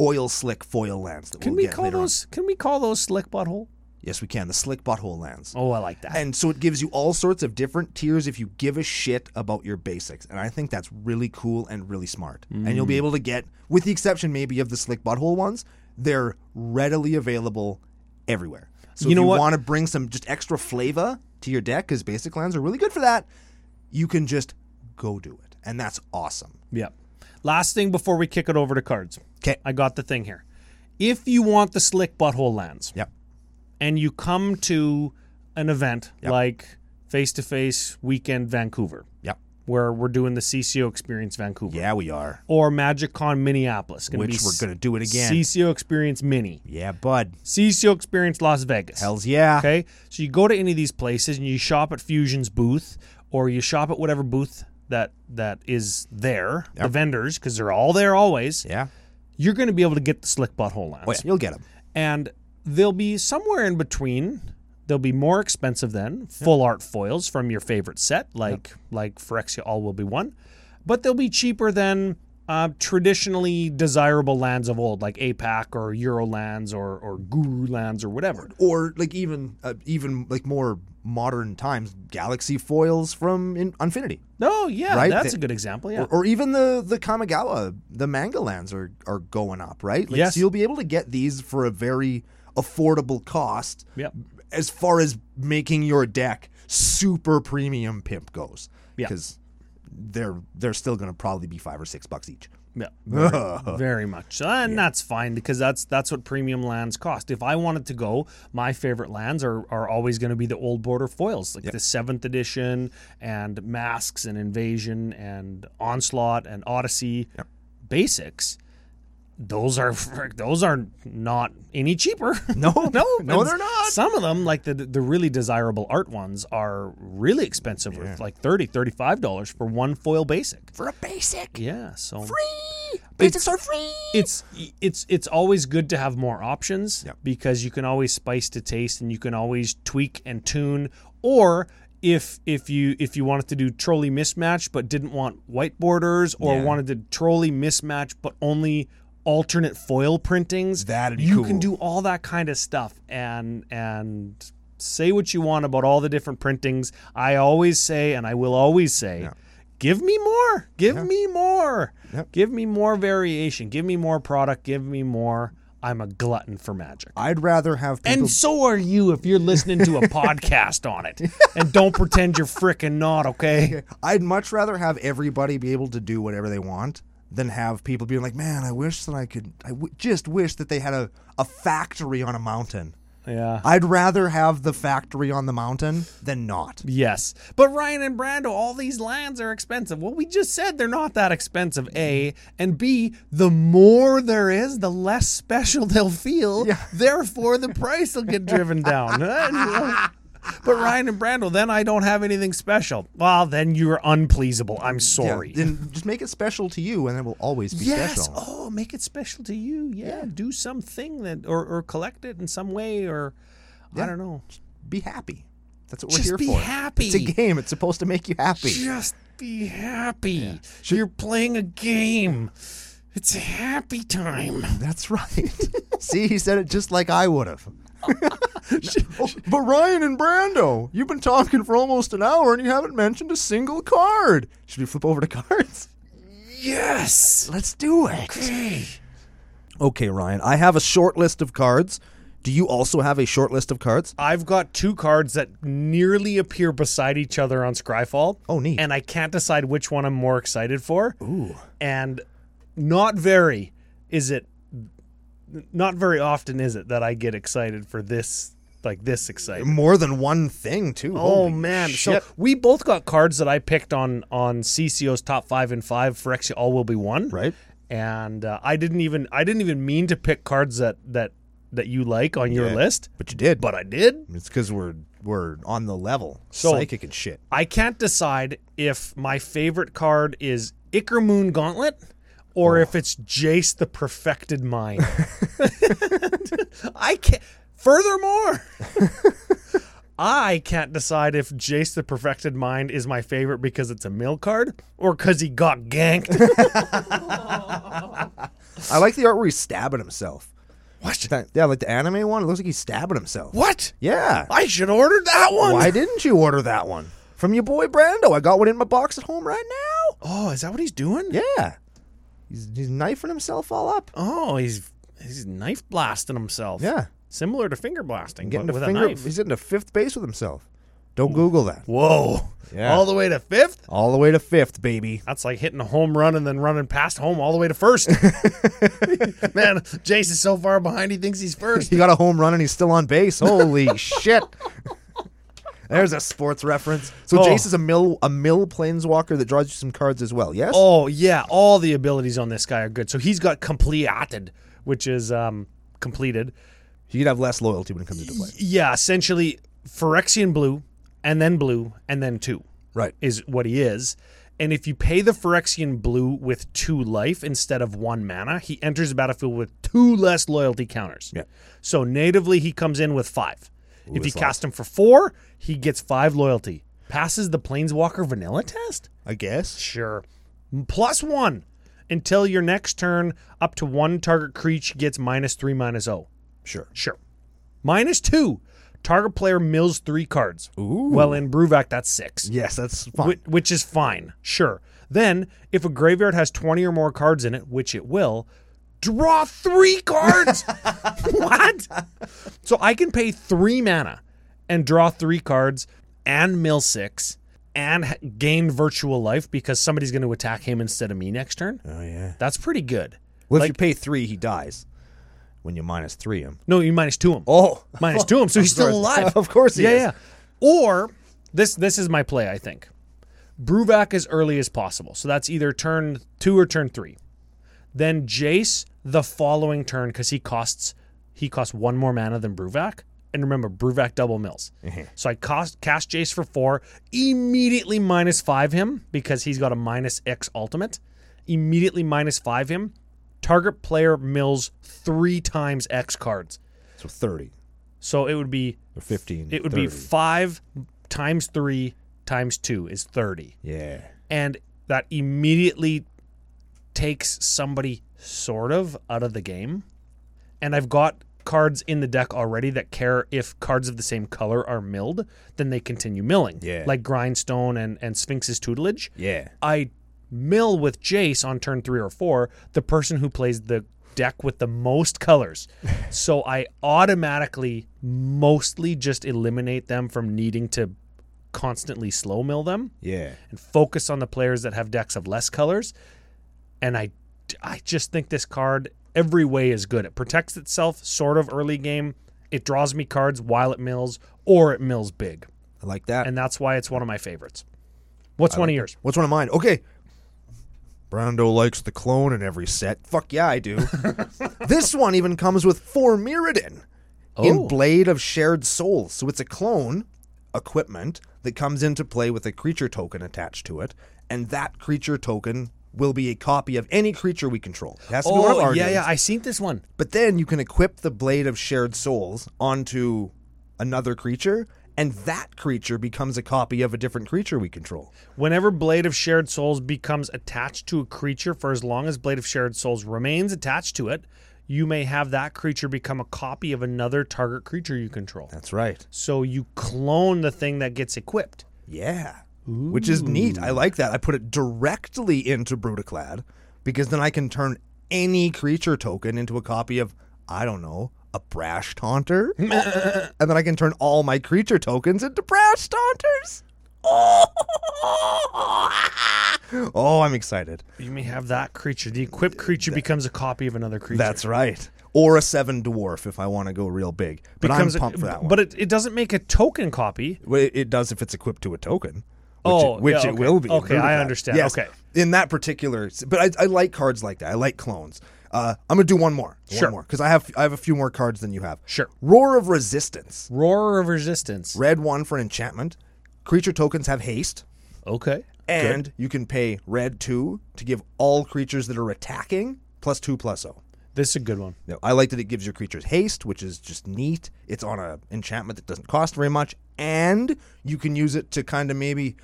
Speaker 1: oil slick foil lands that
Speaker 2: Can
Speaker 1: we'll
Speaker 2: we
Speaker 1: get
Speaker 2: call
Speaker 1: later on.
Speaker 2: those? Can we call those slick butthole?
Speaker 1: Yes, we can. The slick butthole lands.
Speaker 2: Oh, I like that.
Speaker 1: And so it gives you all sorts of different tiers if you give a shit about your basics. And I think that's really cool and really smart. And you'll
Speaker 2: Mm.
Speaker 1: be able to get, with the exception maybe of the slick butthole ones, they're readily available everywhere. So
Speaker 2: You
Speaker 1: if
Speaker 2: know
Speaker 1: you
Speaker 2: what?
Speaker 1: want to bring some just extra flavor to your deck, because basic lands are really good for that, you can just go do it. And that's awesome.
Speaker 2: Yep. Last thing before we kick it over to cards.
Speaker 1: 'Kay.
Speaker 2: I got the thing here. If you want the slick butthole lands,
Speaker 1: Yep.
Speaker 2: and you come to an event
Speaker 1: Yep.
Speaker 2: like Face to Face Weekend Vancouver,
Speaker 1: Yep.
Speaker 2: where we're doing the CCO Experience Vancouver,
Speaker 1: Yeah, we are.
Speaker 2: or MagicCon Minneapolis, gonna
Speaker 1: Which
Speaker 2: be
Speaker 1: we're
Speaker 2: s-
Speaker 1: gonna do it again.
Speaker 2: CCO Experience Mini,
Speaker 1: yeah, bud.
Speaker 2: CCO Experience Las Vegas.
Speaker 1: Hell's yeah.
Speaker 2: Okay, so you go to any of these places and you shop at Fusion's booth, or you shop at whatever booth that that is there, the vendors, because they're all there always.
Speaker 1: Yeah.
Speaker 2: You're going to be able to get the slick butthole lance,
Speaker 1: Oh, yeah. You'll get them.
Speaker 2: and they'll be somewhere in between. They'll be more expensive than full art foils from your favorite set, like like Phyrexia All Will Be One, but they'll be cheaper than. Uh, traditionally desirable lands of old, like APAC or Euro lands or, or Guru lands or whatever.
Speaker 1: Or like even uh, even like more modern times, galaxy foils from in- Infinity,
Speaker 2: Oh, yeah,
Speaker 1: Right,
Speaker 2: that's
Speaker 1: the-
Speaker 2: a good example. Yeah,
Speaker 1: or, or even the the Kamigawa, the manga lands are are going up, right? Like,
Speaker 2: Yes.
Speaker 1: So you'll be able to get these for a very affordable cost.
Speaker 2: Yep.
Speaker 1: As far as making your deck super premium pimp goes,
Speaker 2: Yeah.
Speaker 1: because they're they're still going to probably be five or six bucks each.
Speaker 2: Yeah, very, very much, so. and that's fine because that's that's what premium lands cost. If I wanted to go, my favorite lands are, are always going to be the old border foils, like the seventh edition and masks and invasion and onslaught and odyssey basics. Those are those are not any cheaper.
Speaker 1: No, no, no,
Speaker 2: And
Speaker 1: they're not.
Speaker 2: Some of them, like the the really desirable art ones, are really expensive, like 30 dollars for one foil basic.
Speaker 1: For a basic,
Speaker 2: Yeah, so
Speaker 1: free basics are free.
Speaker 2: it's it's it's always good to have more options
Speaker 1: Yeah.
Speaker 2: because you can always spice to taste and you can always tweak and tune or if if you if you wanted to do trolley mismatch but didn't want white borders or
Speaker 1: Yeah.
Speaker 2: wanted to trolley mismatch but only alternate foil printings
Speaker 1: That'd be
Speaker 2: you can
Speaker 1: cool.
Speaker 2: do all that kind of stuff and and say what you want about all the different printings i always say and i will always say give me more give me more
Speaker 1: Yep.
Speaker 2: give me more variation give me more product give me more i'm a glutton for magic
Speaker 1: I'd rather have people.
Speaker 2: and so are you if you're listening to a podcast on it and don't pretend you're freaking not okay
Speaker 1: I'd much rather have everybody be able to do whatever they want than have people being like, "Man, I wish that I could. I w- just wish that they had a, a factory on a mountain."
Speaker 2: yeah
Speaker 1: I'd rather have the factory on the mountain than not.
Speaker 2: Yes. But Ryan and Brando, all these lands are expensive. Well, we just said they're not that expensive, A. And B, the more there is, the less special they'll feel. Therefore, the price will get driven down. but Ryan and Brando, then I don't have anything special. Well, then you're unpleasable. I'm
Speaker 1: Yeah,
Speaker 2: sorry.
Speaker 1: then just make it special to you, and it will always be
Speaker 2: Yes.
Speaker 1: special.
Speaker 2: Oh, make it special to you. Yeah. Do something that, or, or collect it in some way, or I don't know.
Speaker 1: Be happy. That's what
Speaker 2: Just
Speaker 1: we're here
Speaker 2: be
Speaker 1: for.
Speaker 2: happy.
Speaker 1: It's a game. It's supposed to make you happy.
Speaker 2: Just be happy. You're playing a game. It's happy time.
Speaker 1: That's right. See, he said it just like I would have. Oh, but Ryan and Brando, you've been talking for almost an hour and you haven't mentioned a single card. Should we flip over to cards?
Speaker 2: Yes.
Speaker 1: Let's do it.
Speaker 2: Okay.
Speaker 1: Okay, Ryan, I have a short list of cards. Do you also have a short list of cards?
Speaker 2: I've got two cards that nearly appear beside each other on Scryfall.
Speaker 1: Oh, neat.
Speaker 2: And I can't decide which one I'm more excited for. Ooh. And not very is it not very often is it that I get excited for this like this exciting.
Speaker 1: More than one thing, too.
Speaker 2: Oh
Speaker 1: Holy
Speaker 2: man!
Speaker 1: shit.
Speaker 2: So we both got cards that I picked on on CCO's top five and five. Phyrexia all will be one,
Speaker 1: Right.
Speaker 2: And uh, I didn't even I didn't even mean to pick cards that that that you like on your
Speaker 1: Yeah.
Speaker 2: list,
Speaker 1: but you did.
Speaker 2: but I did.
Speaker 1: it's because we're we're on the level,
Speaker 2: So-
Speaker 1: psychic and shit.
Speaker 2: I can't decide if my favorite card is Icar Moon Gauntlet
Speaker 1: Oh.
Speaker 2: or if it's Jace the Perfected Mind. I can't. Furthermore, I can't decide if Jace the Perfected Mind is my favorite because it's a mill card or because he got ganked.
Speaker 1: I like the art where he's stabbing himself. What? Yeah, like the anime one. It looks like he's stabbing himself.
Speaker 2: what?
Speaker 1: Yeah.
Speaker 2: I should order that one.
Speaker 1: Why didn't you order that one? From your boy Brando. I got one in my box at home right now.
Speaker 2: Oh, is that what he's doing?
Speaker 1: Yeah. He's, he's knifing himself all up.
Speaker 2: Oh, he's he's knife blasting himself.
Speaker 1: Yeah.
Speaker 2: Similar to finger blasting,
Speaker 1: Getting
Speaker 2: but
Speaker 1: to
Speaker 2: with
Speaker 1: finger,
Speaker 2: a knife.
Speaker 1: He's getting to fifth base with himself. Don't Google that.
Speaker 2: Whoa.
Speaker 1: Yeah.
Speaker 2: All the way to fifth?
Speaker 1: All the way to fifth, baby.
Speaker 2: That's like hitting a home run and then running past home all the way to first. Man, Jace is so far behind he thinks he's first.
Speaker 1: He got a home run and he's still on base. Holy shit. There's a sports reference. So
Speaker 2: Oh.
Speaker 1: Jace is a mill a mill planeswalker that draws you some cards as well. Yes.
Speaker 2: Oh yeah, all the abilities on this guy are good. So he's got completed, which is um completed.
Speaker 1: You could have less loyalty when it comes into play.
Speaker 2: Yeah, essentially Phyrexian blue and then blue and then two
Speaker 1: Right.
Speaker 2: is what he is. And if you pay the Phyrexian blue with two life instead of one mana, he enters the battlefield with two less loyalty counters.
Speaker 1: Yeah.
Speaker 2: So natively he comes in with five. if you
Speaker 1: that's
Speaker 2: cast him for four, he gets five loyalty. Passes the Planeswalker vanilla test?
Speaker 1: I guess.
Speaker 2: Sure. Plus one until your next turn, up to one target creature gets minus three, minus oh.
Speaker 1: Sure.
Speaker 2: Sure. Minus two, target player mills three cards.
Speaker 1: Ooh.
Speaker 2: Well, in Bruvac, that's six,
Speaker 1: Yes, that's fine.
Speaker 2: whi- which is fine. Sure. Then, if a graveyard has 20 or more cards in it, which it will, draw three cards. what? So I can pay three mana and draw three cards and mill six and ha- gain virtual life because somebody's going to attack him instead of me next turn.
Speaker 1: oh yeah.
Speaker 2: That's pretty good.
Speaker 1: Well, if you pay three, he dies. When you minus three him.
Speaker 2: No, you minus two him.
Speaker 1: Oh.
Speaker 2: minus two him, so he's still
Speaker 1: course.
Speaker 2: alive.
Speaker 1: Of course he
Speaker 2: yeah,
Speaker 1: is.
Speaker 2: Yeah, Or this this is my play. I think Bruvac as early as possible. So that's either turn two or turn three. Then Jace the following turn because he costs he costs one more mana than Bruvac. And remember, Bruvac double mills.
Speaker 1: Mm-hmm.
Speaker 2: So I cost, cast Jace for four, immediately minus five him because he's got a minus X ultimate. Immediately minus five him. Target player mills three times X cards.
Speaker 1: So thirty
Speaker 2: So it would be
Speaker 1: or fifteen.
Speaker 2: it would
Speaker 1: 30.
Speaker 2: be five times three times two is thirty,
Speaker 1: Yeah.
Speaker 2: and that immediately takes somebody sort of out of the game. And I've got cards in the deck already that care if cards of the same color are milled, then they continue milling.
Speaker 1: Yeah.
Speaker 2: like Grindstone and and Sphinx's Tutelage.
Speaker 1: Yeah.
Speaker 2: I mill with Jace on turn three or four, the person who plays the deck with the most colors. so I automatically mostly just eliminate them from needing to constantly slow mill them
Speaker 1: Yeah.
Speaker 2: and focus on the players that have decks of less colors. And I, I just think this card every way is good. It protects itself sort of early game. It draws me cards while it mills or it mills big.
Speaker 1: I like that.
Speaker 2: And that's why it's one of my favorites. What's one of yours?
Speaker 1: What's one of mine? Okay. Brando likes the clone in every set. Fuck yeah, I do. this one even comes with four Mirrodin
Speaker 2: Oh.
Speaker 1: in Blade of Shared Souls. So it's a clone equipment that comes into play with a creature token attached to it, and that creature token will be a copy of any creature we control. It has to be one of our
Speaker 2: Oh, yeah,
Speaker 1: dudes.
Speaker 2: yeah. I seen this one.
Speaker 1: But then you can equip the blade of shared souls onto another creature, and that creature becomes a copy of a different creature we control.
Speaker 2: Whenever Blade of Shared Souls becomes attached to a creature, for as long as Blade of Shared Souls remains attached to it, you may have that creature become a copy of another target creature you control.
Speaker 1: That's right.
Speaker 2: So you clone the thing that gets equipped.
Speaker 1: Yeah. Which is neat. I like that. I put it directly into Brutaclad because then I can turn any creature token into a copy of, I don't know, a Brash Taunter. and then I can turn all my creature tokens into Brash Taunters. Oh, oh I'm excited.
Speaker 2: You may have that creature. The equipped creature becomes a copy of another creature.
Speaker 1: That's right. Or a seven dwarf if I want to go real big. But
Speaker 2: becomes
Speaker 1: I'm pumped
Speaker 2: a,
Speaker 1: for that one.
Speaker 2: But it, it doesn't make a token copy.
Speaker 1: Well, it, it does if it's equipped to a token. Which
Speaker 2: Oh,
Speaker 1: it, which
Speaker 2: yeah,
Speaker 1: it
Speaker 2: okay.
Speaker 1: will be. in
Speaker 2: Okay, I
Speaker 1: Budokai.
Speaker 2: understand.
Speaker 1: Yes,
Speaker 2: Okay.
Speaker 1: in that particular, but I, I like cards like that. I like clones. Uh, I'm gonna do one more.
Speaker 2: Sure.
Speaker 1: One more because I have I have a few more cards than you have.
Speaker 2: Sure.
Speaker 1: Roar of Resistance.
Speaker 2: Roar of Resistance.
Speaker 1: Red one for enchantment. Creature tokens have haste,
Speaker 2: Okay.
Speaker 1: and you can pay red two to give all creatures that are attacking plus two plus oh. zero.
Speaker 2: This is a good one.
Speaker 1: No, I like that it gives your creatures haste, which is just neat. It's on a enchantment that doesn't cost very much, and you can use it to kind of maybe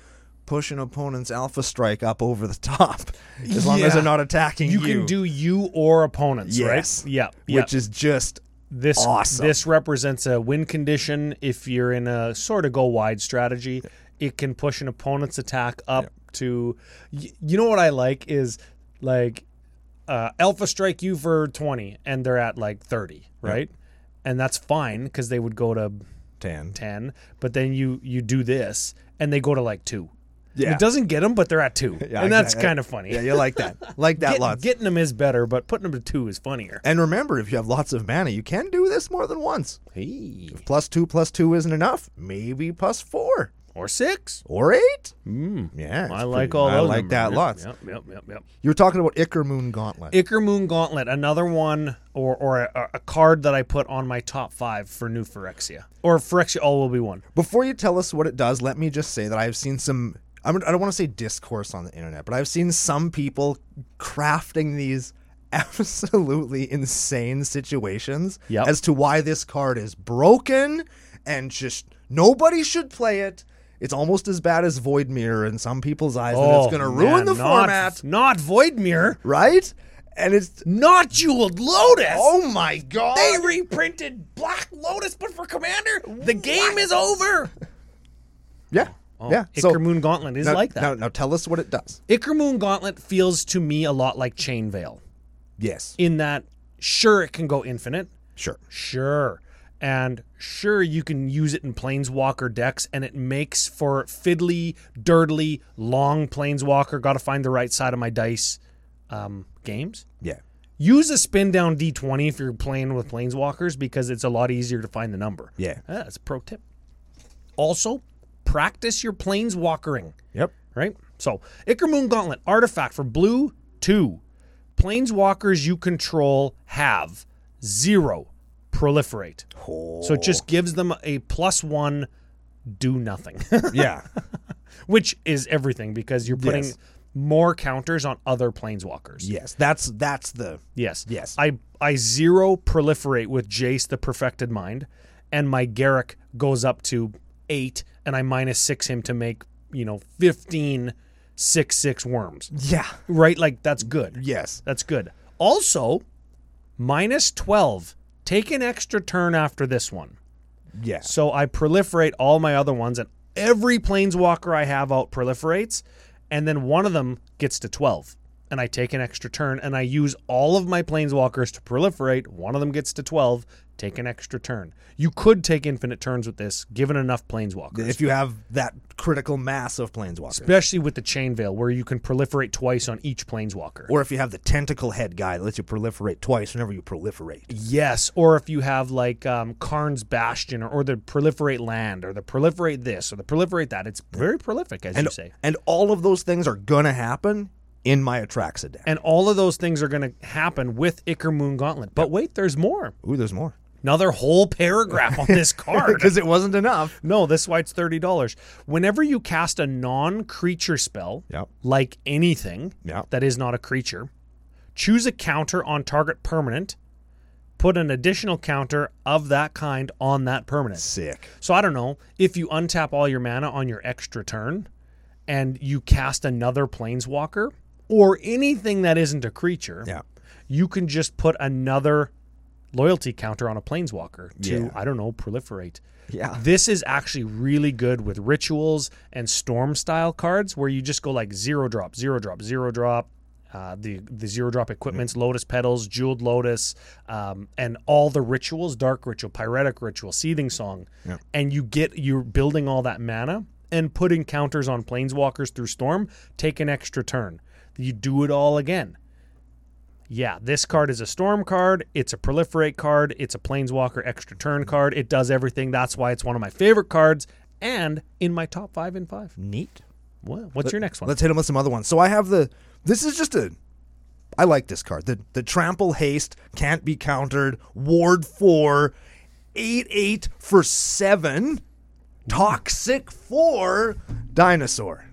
Speaker 1: push an opponent's alpha strike up over the top, as long as
Speaker 2: Yeah.
Speaker 1: they're not attacking you.
Speaker 2: You, can do you or opponents,
Speaker 1: yes,
Speaker 2: right? Yeah. yeah.
Speaker 1: which is just
Speaker 2: this
Speaker 1: Awesome.
Speaker 2: this represents a win condition if you're in a sort of go wide strategy it can push an opponent's attack up to y- you know what i like is like uh, alpha strike you for 20 and they're at like 30 right and that's fine because they would go to
Speaker 1: Ten.
Speaker 2: 10 but then you you do this and they go to like 2
Speaker 1: Yeah.
Speaker 2: it doesn't get them but they're at 2
Speaker 1: Yeah,
Speaker 2: and that's
Speaker 1: exactly.
Speaker 2: kind of funny
Speaker 1: Yeah, you like that. Like that
Speaker 2: Get-
Speaker 1: lots.
Speaker 2: getting them is better but putting them to 2 is funnier
Speaker 1: and remember, if you have lots of mana, you can do this more than once.
Speaker 3: Hey.
Speaker 1: If plus two plus two isn't enough, maybe plus four
Speaker 2: or 6
Speaker 1: or eight. Mm, yeah,
Speaker 2: Hmm. I
Speaker 1: it's
Speaker 2: like
Speaker 1: pretty-
Speaker 2: all
Speaker 1: I
Speaker 2: those
Speaker 1: like
Speaker 2: numbers.
Speaker 1: that
Speaker 2: Yep,
Speaker 1: lots.
Speaker 2: Yep, yep, yep, yep.
Speaker 1: You were talking about Icar Moon Gauntlet.
Speaker 2: Icar Moon Gauntlet, another one or or a, a card that I put on my top 5 for new Phyrexia. Or Phyrexia all will be one.
Speaker 1: Before you tell us what it does, let me just say that I've seen some. I'm, I don't want to say discourse on the internet, but I've seen some people crafting these absolutely insane situations
Speaker 2: Yep.
Speaker 1: as to why this card is broken and just nobody should play it. It's almost as bad as Void Mirror in some people's eyes,
Speaker 2: Oh,
Speaker 1: and it's going to ruin
Speaker 2: man,
Speaker 1: the
Speaker 2: not,
Speaker 1: format,
Speaker 2: Not Voidmere,
Speaker 1: right? And it's
Speaker 2: not Jeweled Lotus.
Speaker 1: oh my god,
Speaker 2: They reprinted Black Lotus, but for Commander, the game is over.
Speaker 1: yeah, yeah.
Speaker 2: Icar
Speaker 1: So
Speaker 2: Moon Gauntlet is
Speaker 1: now,
Speaker 2: Oh, like that.
Speaker 1: Now, now tell us what it does.
Speaker 2: Icar Moon Gauntlet feels to me a lot like Chain Veil
Speaker 1: Yes,
Speaker 2: in that, sure, it can go infinite,
Speaker 1: sure.
Speaker 2: sure, and sure, you can use it in Planeswalker decks, and it makes for fiddly, dirtily, long Planeswalker, gotta find the right side of my dice um, games.
Speaker 1: Yeah.
Speaker 2: Use a spin down d20 if you're playing with planeswalkers because it's a lot easier to find the number.
Speaker 1: Yeah.
Speaker 2: Ah, that's a pro tip. Also, practice your planeswalkering,
Speaker 1: Yep.
Speaker 2: right? So, Icar Moon Gauntlet, artifact for blue, two. Planeswalkers you control have zero proliferate. So, it
Speaker 1: Oh.
Speaker 2: just gives them a plus one do nothing,
Speaker 1: yeah.
Speaker 2: which is everything because you're putting
Speaker 1: Yes.
Speaker 2: more counters on other planeswalkers.
Speaker 1: Yes. That's that's the
Speaker 2: Yes.
Speaker 1: Yes.
Speaker 2: I I zero proliferate with Jace the perfected mind, and my Garrick goes up to eight, and I minus six him to make you know 15 six six worms.
Speaker 1: yeah.
Speaker 2: Right, like that's good.
Speaker 1: Yes.
Speaker 2: That's good. Also, minus twelve. Take an extra turn after this one.
Speaker 1: Yes.
Speaker 2: So I proliferate all my other ones, and every planeswalker I have out proliferates, and then one of them gets to 12. And I take an extra turn, and I use all of my planeswalkers to proliferate. One of them gets to 12, take an extra turn. You could take infinite turns with this, given enough planeswalkers.
Speaker 1: If you have that critical mass of planeswalkers,
Speaker 2: Especially with the chain veil, where you can proliferate twice on each planeswalker.
Speaker 1: or if you have the tentacle head guy that lets you proliferate twice whenever you proliferate.
Speaker 2: Yes, or if you have like um, Karn's Bastion, or, or the proliferate land, or the proliferate this, or the proliferate that. It's very prolific, as you say.
Speaker 1: And all of those things are gonna happen in my Atraxa deck.
Speaker 2: And all of those things are going to happen with Icar Moon Gauntlet. But wait, there's more.
Speaker 1: Ooh, there's more.
Speaker 2: Another whole paragraph on this card.
Speaker 1: Because it wasn't enough.
Speaker 2: no, this is why it's $30. Whenever you cast a non creature spell,
Speaker 1: Yep.
Speaker 2: like anything
Speaker 1: Yep.
Speaker 2: that is not a creature, choose a counter on target permanent, put an additional counter of that kind on that permanent.
Speaker 1: Sick.
Speaker 2: So I don't know if you untap all your mana on your extra turn, and you cast another Planeswalker or anything that isn't a creature.
Speaker 1: Yeah.
Speaker 2: You can just put another loyalty counter on a Planeswalker to
Speaker 1: Yeah.
Speaker 2: I don't know proliferate.
Speaker 1: Yeah.
Speaker 2: This is actually really good with rituals and storm style cards where you just go like zero drop, zero drop, zero drop. Uh, the the zero drop equipments, lotus petals, jeweled lotus, um, and all the rituals, dark ritual, pyretic ritual, seething song, and you get you're building all that mana and putting counters on planeswalkers through storm. Take an extra turn. You do it all again. Yeah, this card is a storm card. It's a proliferate card. It's a planeswalker extra turn card. It does everything. That's why it's one of my favorite cards and in my top five in five.
Speaker 1: Neat.
Speaker 2: Well, what's your next one?
Speaker 1: Let's hit him with some other ones. So I have the. This is just a. I like this card. The the trample haste can't be countered. Ward four, eight eight for seven, toxic four dinosaur.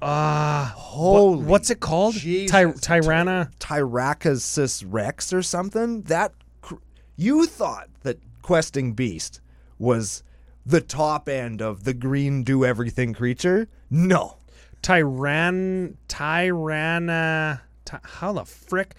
Speaker 2: Ah,
Speaker 1: Holy
Speaker 2: what's it called? Ty-
Speaker 1: Jesus.
Speaker 2: Tyranna.
Speaker 1: Tyracasis rex or something. That cr- you thought that questing beast was the top end of the green do everything creature? No.
Speaker 2: Tyran. Tyranna. Ty- how the frick?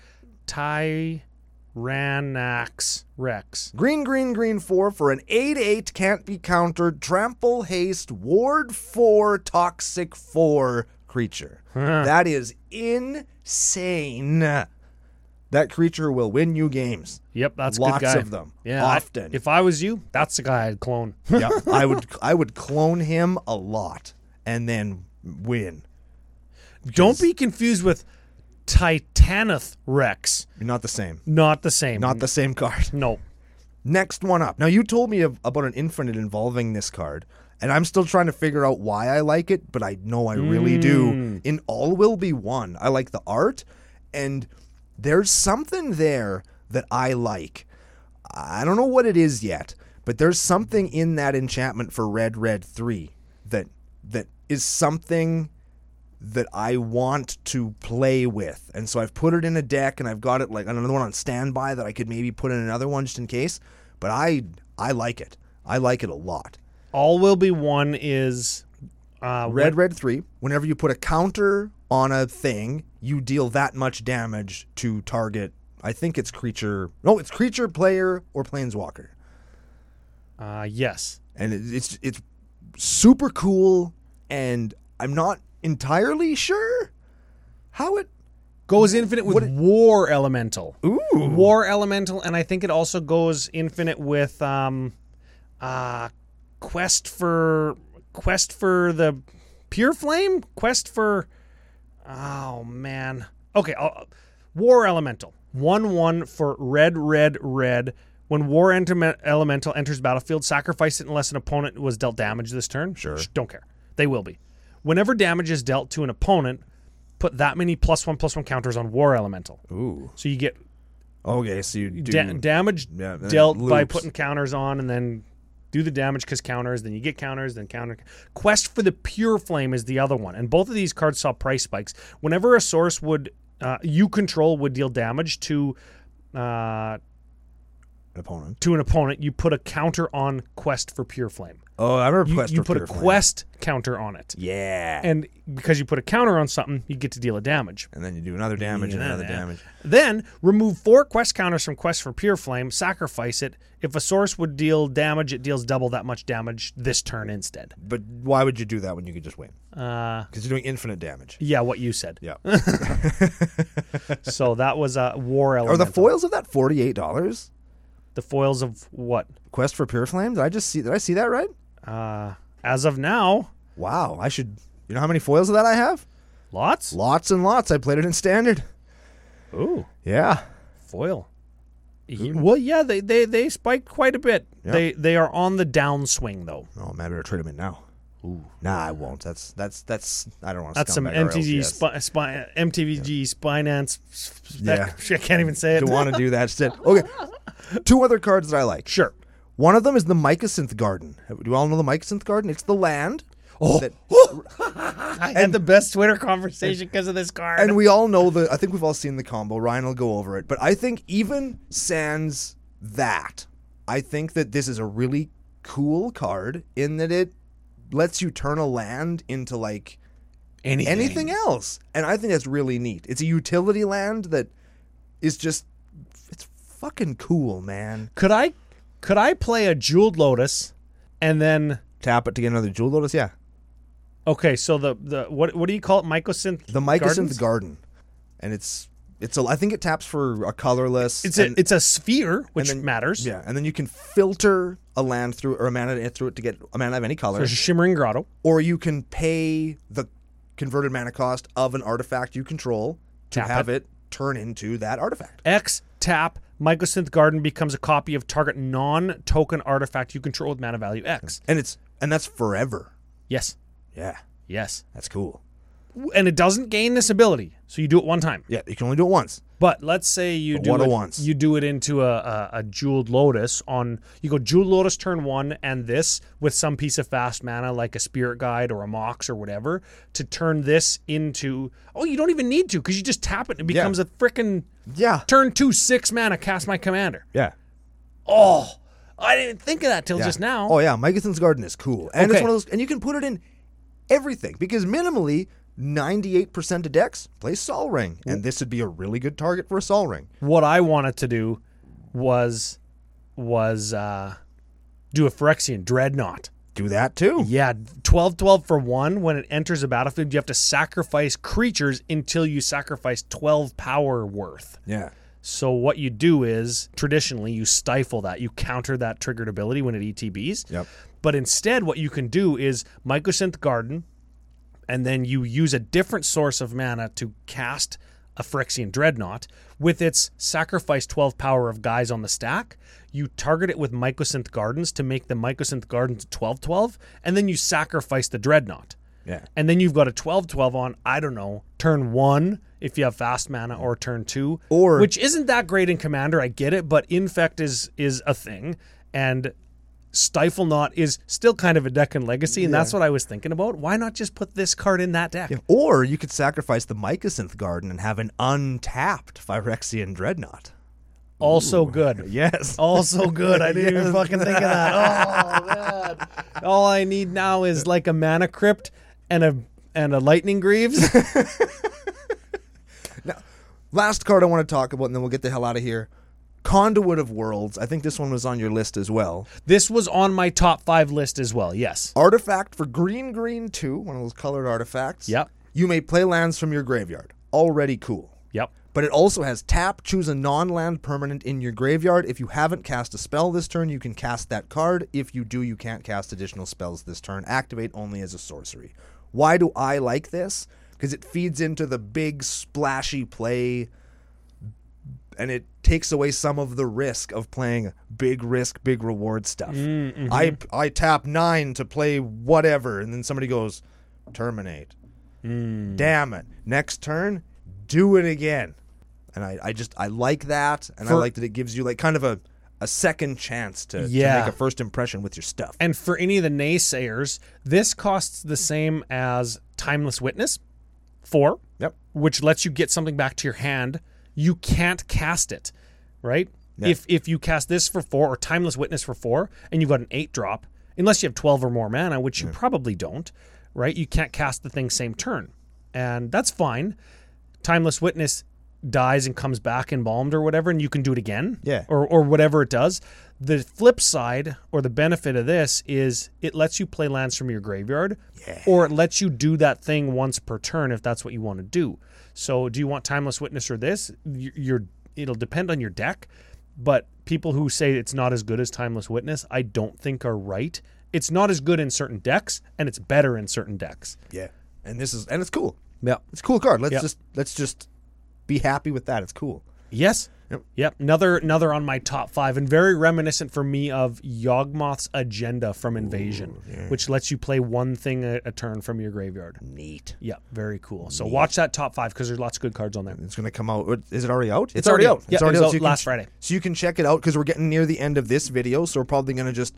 Speaker 2: Tyrannax Rex.
Speaker 1: Green, green, green, four for an 8 8 can't be countered. Trample, haste, ward, four, toxic, four creature. that is insane. That creature will win you games.
Speaker 2: Yep, that's a
Speaker 1: Lots
Speaker 2: good guy.
Speaker 1: of them.
Speaker 2: Yeah, I-
Speaker 1: often.
Speaker 2: if I was you, that's the guy I'd clone.
Speaker 1: yeah, I would I would clone him a lot and then win.
Speaker 2: Don't be confused with Titanoth Rex.
Speaker 1: Not the same.
Speaker 2: Not the same.
Speaker 1: Not the same card.
Speaker 2: no.
Speaker 1: Next one up. Now you told me of, about an infinite involving this card, and I'm still trying to figure out why I like it, but I know I really do. In All Will Be One, I like the art, and there's something there that I like. I don't know what it is yet, but there's something in that enchantment for Red Red Three that that is something that I want to play with. And so I've put it in a deck and I've got it like another one on standby that I could maybe put in another one just in case. But I I like it. I like it a lot.
Speaker 2: All will be one is uh,
Speaker 1: Red red 3, whenever you put a counter on a thing, you deal that much damage to target I think it's creature. No, it's creature, player or planeswalker.
Speaker 2: Uh, yes.
Speaker 1: and it, it's it's super cool and I'm not entirely sure how it
Speaker 2: Goes infinite with War Elemental.
Speaker 1: Ooh.
Speaker 2: War Elemental, and I think it also goes infinite with um, uh, Quest for Quest for the Pure Flame. Quest for oh man. Okay, I'll, War Elemental. One one for red red red. When War Enter- Elemental enters battlefield, sacrifice it unless an opponent was dealt damage this turn. Sure, don't care. They will be. Whenever damage is dealt to an opponent, put that many plus one plus one counters on War Elemental.
Speaker 1: Ooh.
Speaker 2: So you get
Speaker 1: Okay, so you do
Speaker 2: da- damage
Speaker 1: Yeah, and
Speaker 2: dealt by
Speaker 1: loops.
Speaker 2: putting counters on and then do the damage because counters then you get counters then counter quest for the pure flame is the other one and both of these cards saw price spikes whenever a source would uh, you control would deal damage to uh,
Speaker 1: an opponent.
Speaker 2: to an opponent you put a counter on quest for pure flame
Speaker 1: Oh, I remember
Speaker 2: you,
Speaker 1: Quest
Speaker 2: you
Speaker 1: for
Speaker 2: put a
Speaker 1: Pure Flame.
Speaker 2: quest counter on it
Speaker 1: Yeah. And,
Speaker 2: and because you put a counter on something you get to deal a damage
Speaker 1: then you do another damage and
Speaker 2: Yeah,
Speaker 1: another
Speaker 2: yeah.
Speaker 1: damage.
Speaker 2: Then remove four quest counters from Quest for Pure Flame, sacrifice it. If a source would deal damage, it deals double that much damage this turn instead.
Speaker 1: But why would you do that when you could just win?
Speaker 2: Uh,
Speaker 1: Because you're doing infinite damage.
Speaker 2: yeah, what you said.
Speaker 1: Yeah.
Speaker 2: So that was a war
Speaker 1: Are
Speaker 2: element.
Speaker 1: the foils of that forty eight dollars?
Speaker 2: the foils of what?
Speaker 1: Quest for Pure Flame? Did I just see did I see that right?
Speaker 2: Uh, as of now,
Speaker 1: Wow. I should you know how many foils of that I have?
Speaker 2: lots.
Speaker 1: Lots and lots. I played it in standard.
Speaker 2: Ooh,
Speaker 1: Yeah.
Speaker 2: foil. Y- Well, yeah, they, they, they spiked quite a bit.
Speaker 1: Yeah.
Speaker 2: They they are on the downswing though.
Speaker 1: Oh man, I better trade them in now. Ooh. Nah, I won't. That's that's that's I don't want to
Speaker 2: That's some MTG spi- spy, MTVG finance.
Speaker 1: Yeah.
Speaker 2: I can't even say it.
Speaker 1: do want to do that shit. Okay. Two other cards that I like.
Speaker 2: Sure.
Speaker 1: One of them is the Mycosynth Garden. Do you all know the Mycosynth Garden? It's the land.
Speaker 2: Oh.
Speaker 1: that-
Speaker 2: I had the best Twitter conversation because of this card.
Speaker 1: and we all know the. I think we've all seen the combo. Ryan will go over it, but I think even sans that, I think that this is a really cool card in that it lets you turn a land into like
Speaker 2: anything.
Speaker 1: anything else, and I think that's really neat. It's a utility land that is just it's fucking cool, man.
Speaker 2: Could I could I play a jeweled lotus and then
Speaker 1: Tap it to get another jewel lotus. Yeah,
Speaker 2: okay, so the, the what what do you call it? Mycosynth
Speaker 1: the Mycosynth
Speaker 2: Gardens?
Speaker 1: Garden, and it's it's a. I think it taps for a colorless.
Speaker 2: It's a
Speaker 1: and-
Speaker 2: it's a sphere, which
Speaker 1: then-
Speaker 2: matters.
Speaker 1: Yeah, and then you can filter a land through or a mana through it to get a mana of any color,
Speaker 2: There's a shimmering grotto.
Speaker 1: or you can pay the converted mana cost of an artifact you control to
Speaker 2: Tap
Speaker 1: have it. turn into that artifact.
Speaker 2: X tap Mycosynth Garden becomes a copy of target non token artifact you control with mana value X.
Speaker 1: And it's and that's forever.
Speaker 2: Yes.
Speaker 1: Yeah,
Speaker 2: Yes.
Speaker 1: that's cool.
Speaker 2: And it doesn't gain this ability. So you do it one time.
Speaker 1: Yeah, you can only do it once.
Speaker 2: But let's say you do
Speaker 1: what a
Speaker 2: it,
Speaker 1: once.
Speaker 2: you do it into a, a, a jeweled lotus on you go jeweled lotus turn one and this with some piece of fast mana like a spirit guide or a mox or whatever to turn this into oh you don't even need to because you just tap it and it becomes a freaking
Speaker 1: Yeah.
Speaker 2: turn two six mana cast my commander
Speaker 1: Yeah.
Speaker 2: oh I didn't think of that till
Speaker 1: Yeah.
Speaker 2: just now
Speaker 1: Oh yeah, Megathon's Garden is cool, and it's
Speaker 2: Okay.
Speaker 1: one of those, and you can put it in everything because minimally. 98% of decks play Sol Ring, and this would be a really good target for a Sol Ring.
Speaker 2: what I wanted to do was was uh, do a Phyrexian dreadnought.
Speaker 1: Do that too.
Speaker 2: Yeah, 12 12 for one. When it enters a battlefield, you have to sacrifice creatures until you sacrifice 12 power worth.
Speaker 1: Yeah.
Speaker 2: So what you do is traditionally you stifle that, you counter that triggered ability when it ETBs.
Speaker 1: Yep.
Speaker 2: But instead, what you can do is Mycosynth Garden, and then you use a different source of mana to cast a Phyrexian Dreadnought with its sacrifice 12 power of guys on the stack. You target it with Mycosynth Gardens to make the Mycosynth Gardens 12 12, and then you sacrifice the Dreadnought.
Speaker 1: Yeah.
Speaker 2: And then you've got a 12 12 on, I don't know, turn one if you have fast mana or turn two.
Speaker 1: Or-
Speaker 2: which isn't that great in Commander, I get it, but Infect is is a thing. And Stifle Knot is still kind of a deck in Legacy, and that's what I was thinking about. Why not just put this card in that deck?
Speaker 1: Or you could sacrifice the Mycosynth Garden and have an untapped Phyrexian Dreadnought.
Speaker 2: Also good.
Speaker 1: Yes.
Speaker 2: Also good. I didn't even fucking think of that. Oh man. All I need now is like a mana crypt and a and a lightning greaves.
Speaker 1: Last card I want to talk about, and then we'll get the hell out of here. Conduit of Worlds. I think this one was on your list as well.
Speaker 2: this was on my top five list as well. Yes.
Speaker 1: Artifact for green, green two, one of those colored artifacts.
Speaker 2: Yep.
Speaker 1: You may play lands from your graveyard. Already cool.
Speaker 2: Yep.
Speaker 1: But it also has tap, choose a non land permanent in your graveyard. If you haven't cast a spell this turn, you can cast that card. If you do, you can't cast additional spells this turn. Activate only as a sorcery. Why do I like this? Because it feeds into the big, splashy play and it takes away some of the risk of playing big risk, big reward stuff.
Speaker 2: Mm,
Speaker 1: I
Speaker 2: mm-hmm.
Speaker 1: I tap nine to play whatever, and then somebody goes, terminate.
Speaker 2: Mm.
Speaker 1: Damn it! Next turn, do it again. And I, I just I like that, and I
Speaker 2: For-
Speaker 1: like that it gives you like kind of a a second chance to, to
Speaker 2: Yeah.
Speaker 1: make a first impression with your stuff.
Speaker 2: And for any of the naysayers, this costs the same as Timeless Witness, four,
Speaker 1: Yep.
Speaker 2: which lets you get something back to your hand. You can't cast it, right? If if you cast this for four or Timeless Witness for four, and you've got an eight drop, unless you have twelve or more mana, which you probably don't, right? You can't cast the thing same turn, and that's fine. Timeless Witness dies and comes back embalmed or whatever, and you can do it again
Speaker 1: Yeah.
Speaker 2: or, or whatever it does. The flip side or the benefit of this is it lets you play lands from your graveyard, or it lets you do that thing once per turn if that's what you want to do. So, do you want Timeless Witness or this? Y- You're it'll depend on your deck, but people who say it's not as good as Timeless Witness, I don't think are right. It's not as good in certain decks, and it's better in certain decks.
Speaker 1: Yeah. And this is and it's cool.
Speaker 2: Yeah.
Speaker 1: It's a cool card. Let's
Speaker 2: Yep.
Speaker 1: just let's just be happy with that. It's cool.
Speaker 2: Yes.
Speaker 1: Yep.
Speaker 2: Another another on my top five, and very reminiscent for me of Yawgmoth's agenda from Invasion, which lets you play one thing a, a turn from your graveyard.
Speaker 1: Neat.
Speaker 2: Yeah, very cool. So watch that top five because there's lots of good cards on there.
Speaker 1: It's going to come out. or- Is it already out? It's,
Speaker 2: already out.
Speaker 1: It's
Speaker 2: Yeah, it
Speaker 1: already out.
Speaker 2: was out
Speaker 1: you can
Speaker 2: last
Speaker 1: ch-
Speaker 2: Friday.
Speaker 1: So you can check it out because we're getting near the end of this video. So we're probably going to just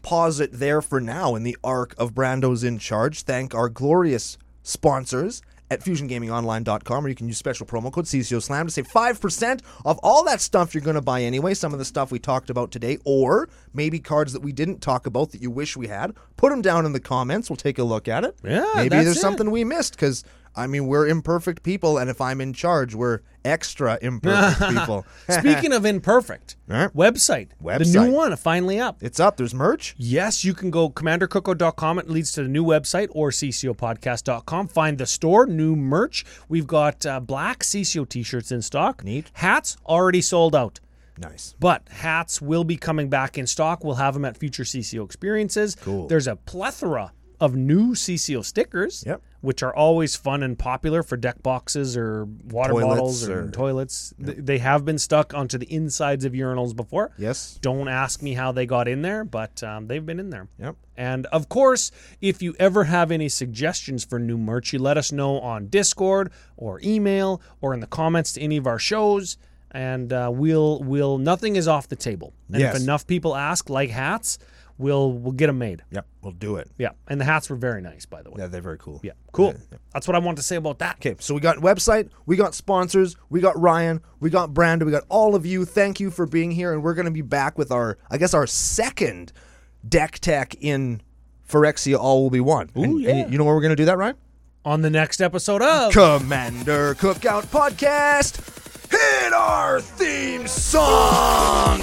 Speaker 1: pause it there for now in the arc of Brando's in charge. Thank our glorious sponsors at fusiongamingonline.com, or you can use special promo code CCO Slam to save five percent of all that stuff you're going to buy anyway. Some of the stuff we talked about today, or maybe cards that we didn't talk about that you wish we had. Put them down in the comments. We'll take a look at it.
Speaker 2: Yeah,
Speaker 1: maybe
Speaker 2: that's
Speaker 1: there's
Speaker 2: it.
Speaker 1: something we missed because. I mean, we're imperfect people, and if I'm in charge, we're extra imperfect people.
Speaker 2: Speaking of imperfect,
Speaker 1: Yeah.
Speaker 2: website, the
Speaker 1: Website.
Speaker 2: new one finally up.
Speaker 1: it's up. There's merch.
Speaker 2: Yes, you can go commandercoco.com. It leads to the new website or ccopodcast.com. Find the store, new merch. We've got uh, black CCO t shirts in stock.
Speaker 1: Neat.
Speaker 2: Hats already sold out.
Speaker 1: Nice.
Speaker 2: But hats will be coming back in stock. We'll have them at future CCO experiences.
Speaker 1: Cool.
Speaker 2: There's a plethora of new CCO stickers,
Speaker 1: Yep.
Speaker 2: which are always fun and popular for deck boxes or water
Speaker 1: Toilets
Speaker 2: bottles or,
Speaker 1: or-
Speaker 2: toilets. Th- They have been stuck onto the insides of urinals before.
Speaker 1: Yes.
Speaker 2: Don't ask me how they got in there, but um, they've been in there.
Speaker 1: Yep.
Speaker 2: And of course, if you ever have any suggestions for new merch, you let us know on Discord or email or in the comments to any of our shows, and uh, we'll we'll nothing is off the table. And
Speaker 1: Yes.
Speaker 2: if enough people ask, like hats, we'll we'll get them made.
Speaker 1: Yep. We'll do it.
Speaker 2: Yeah, and the hats were very nice, by the way.
Speaker 1: Yeah, they're very cool.
Speaker 2: Yeah, cool. That's what I want to say about that.
Speaker 1: Okay, so we got website, we got sponsors, we got Ryan, we got Brandon, we got all of you. Thank you for being here, and we're going to be back with our, I guess, our second deck tech in Phyrexia All Will Be One. Ooh, and,
Speaker 2: yeah.
Speaker 1: you know where we're going to do that, Ryan?
Speaker 2: On the next episode of
Speaker 1: Commander Cookout Podcast. Hit our theme song!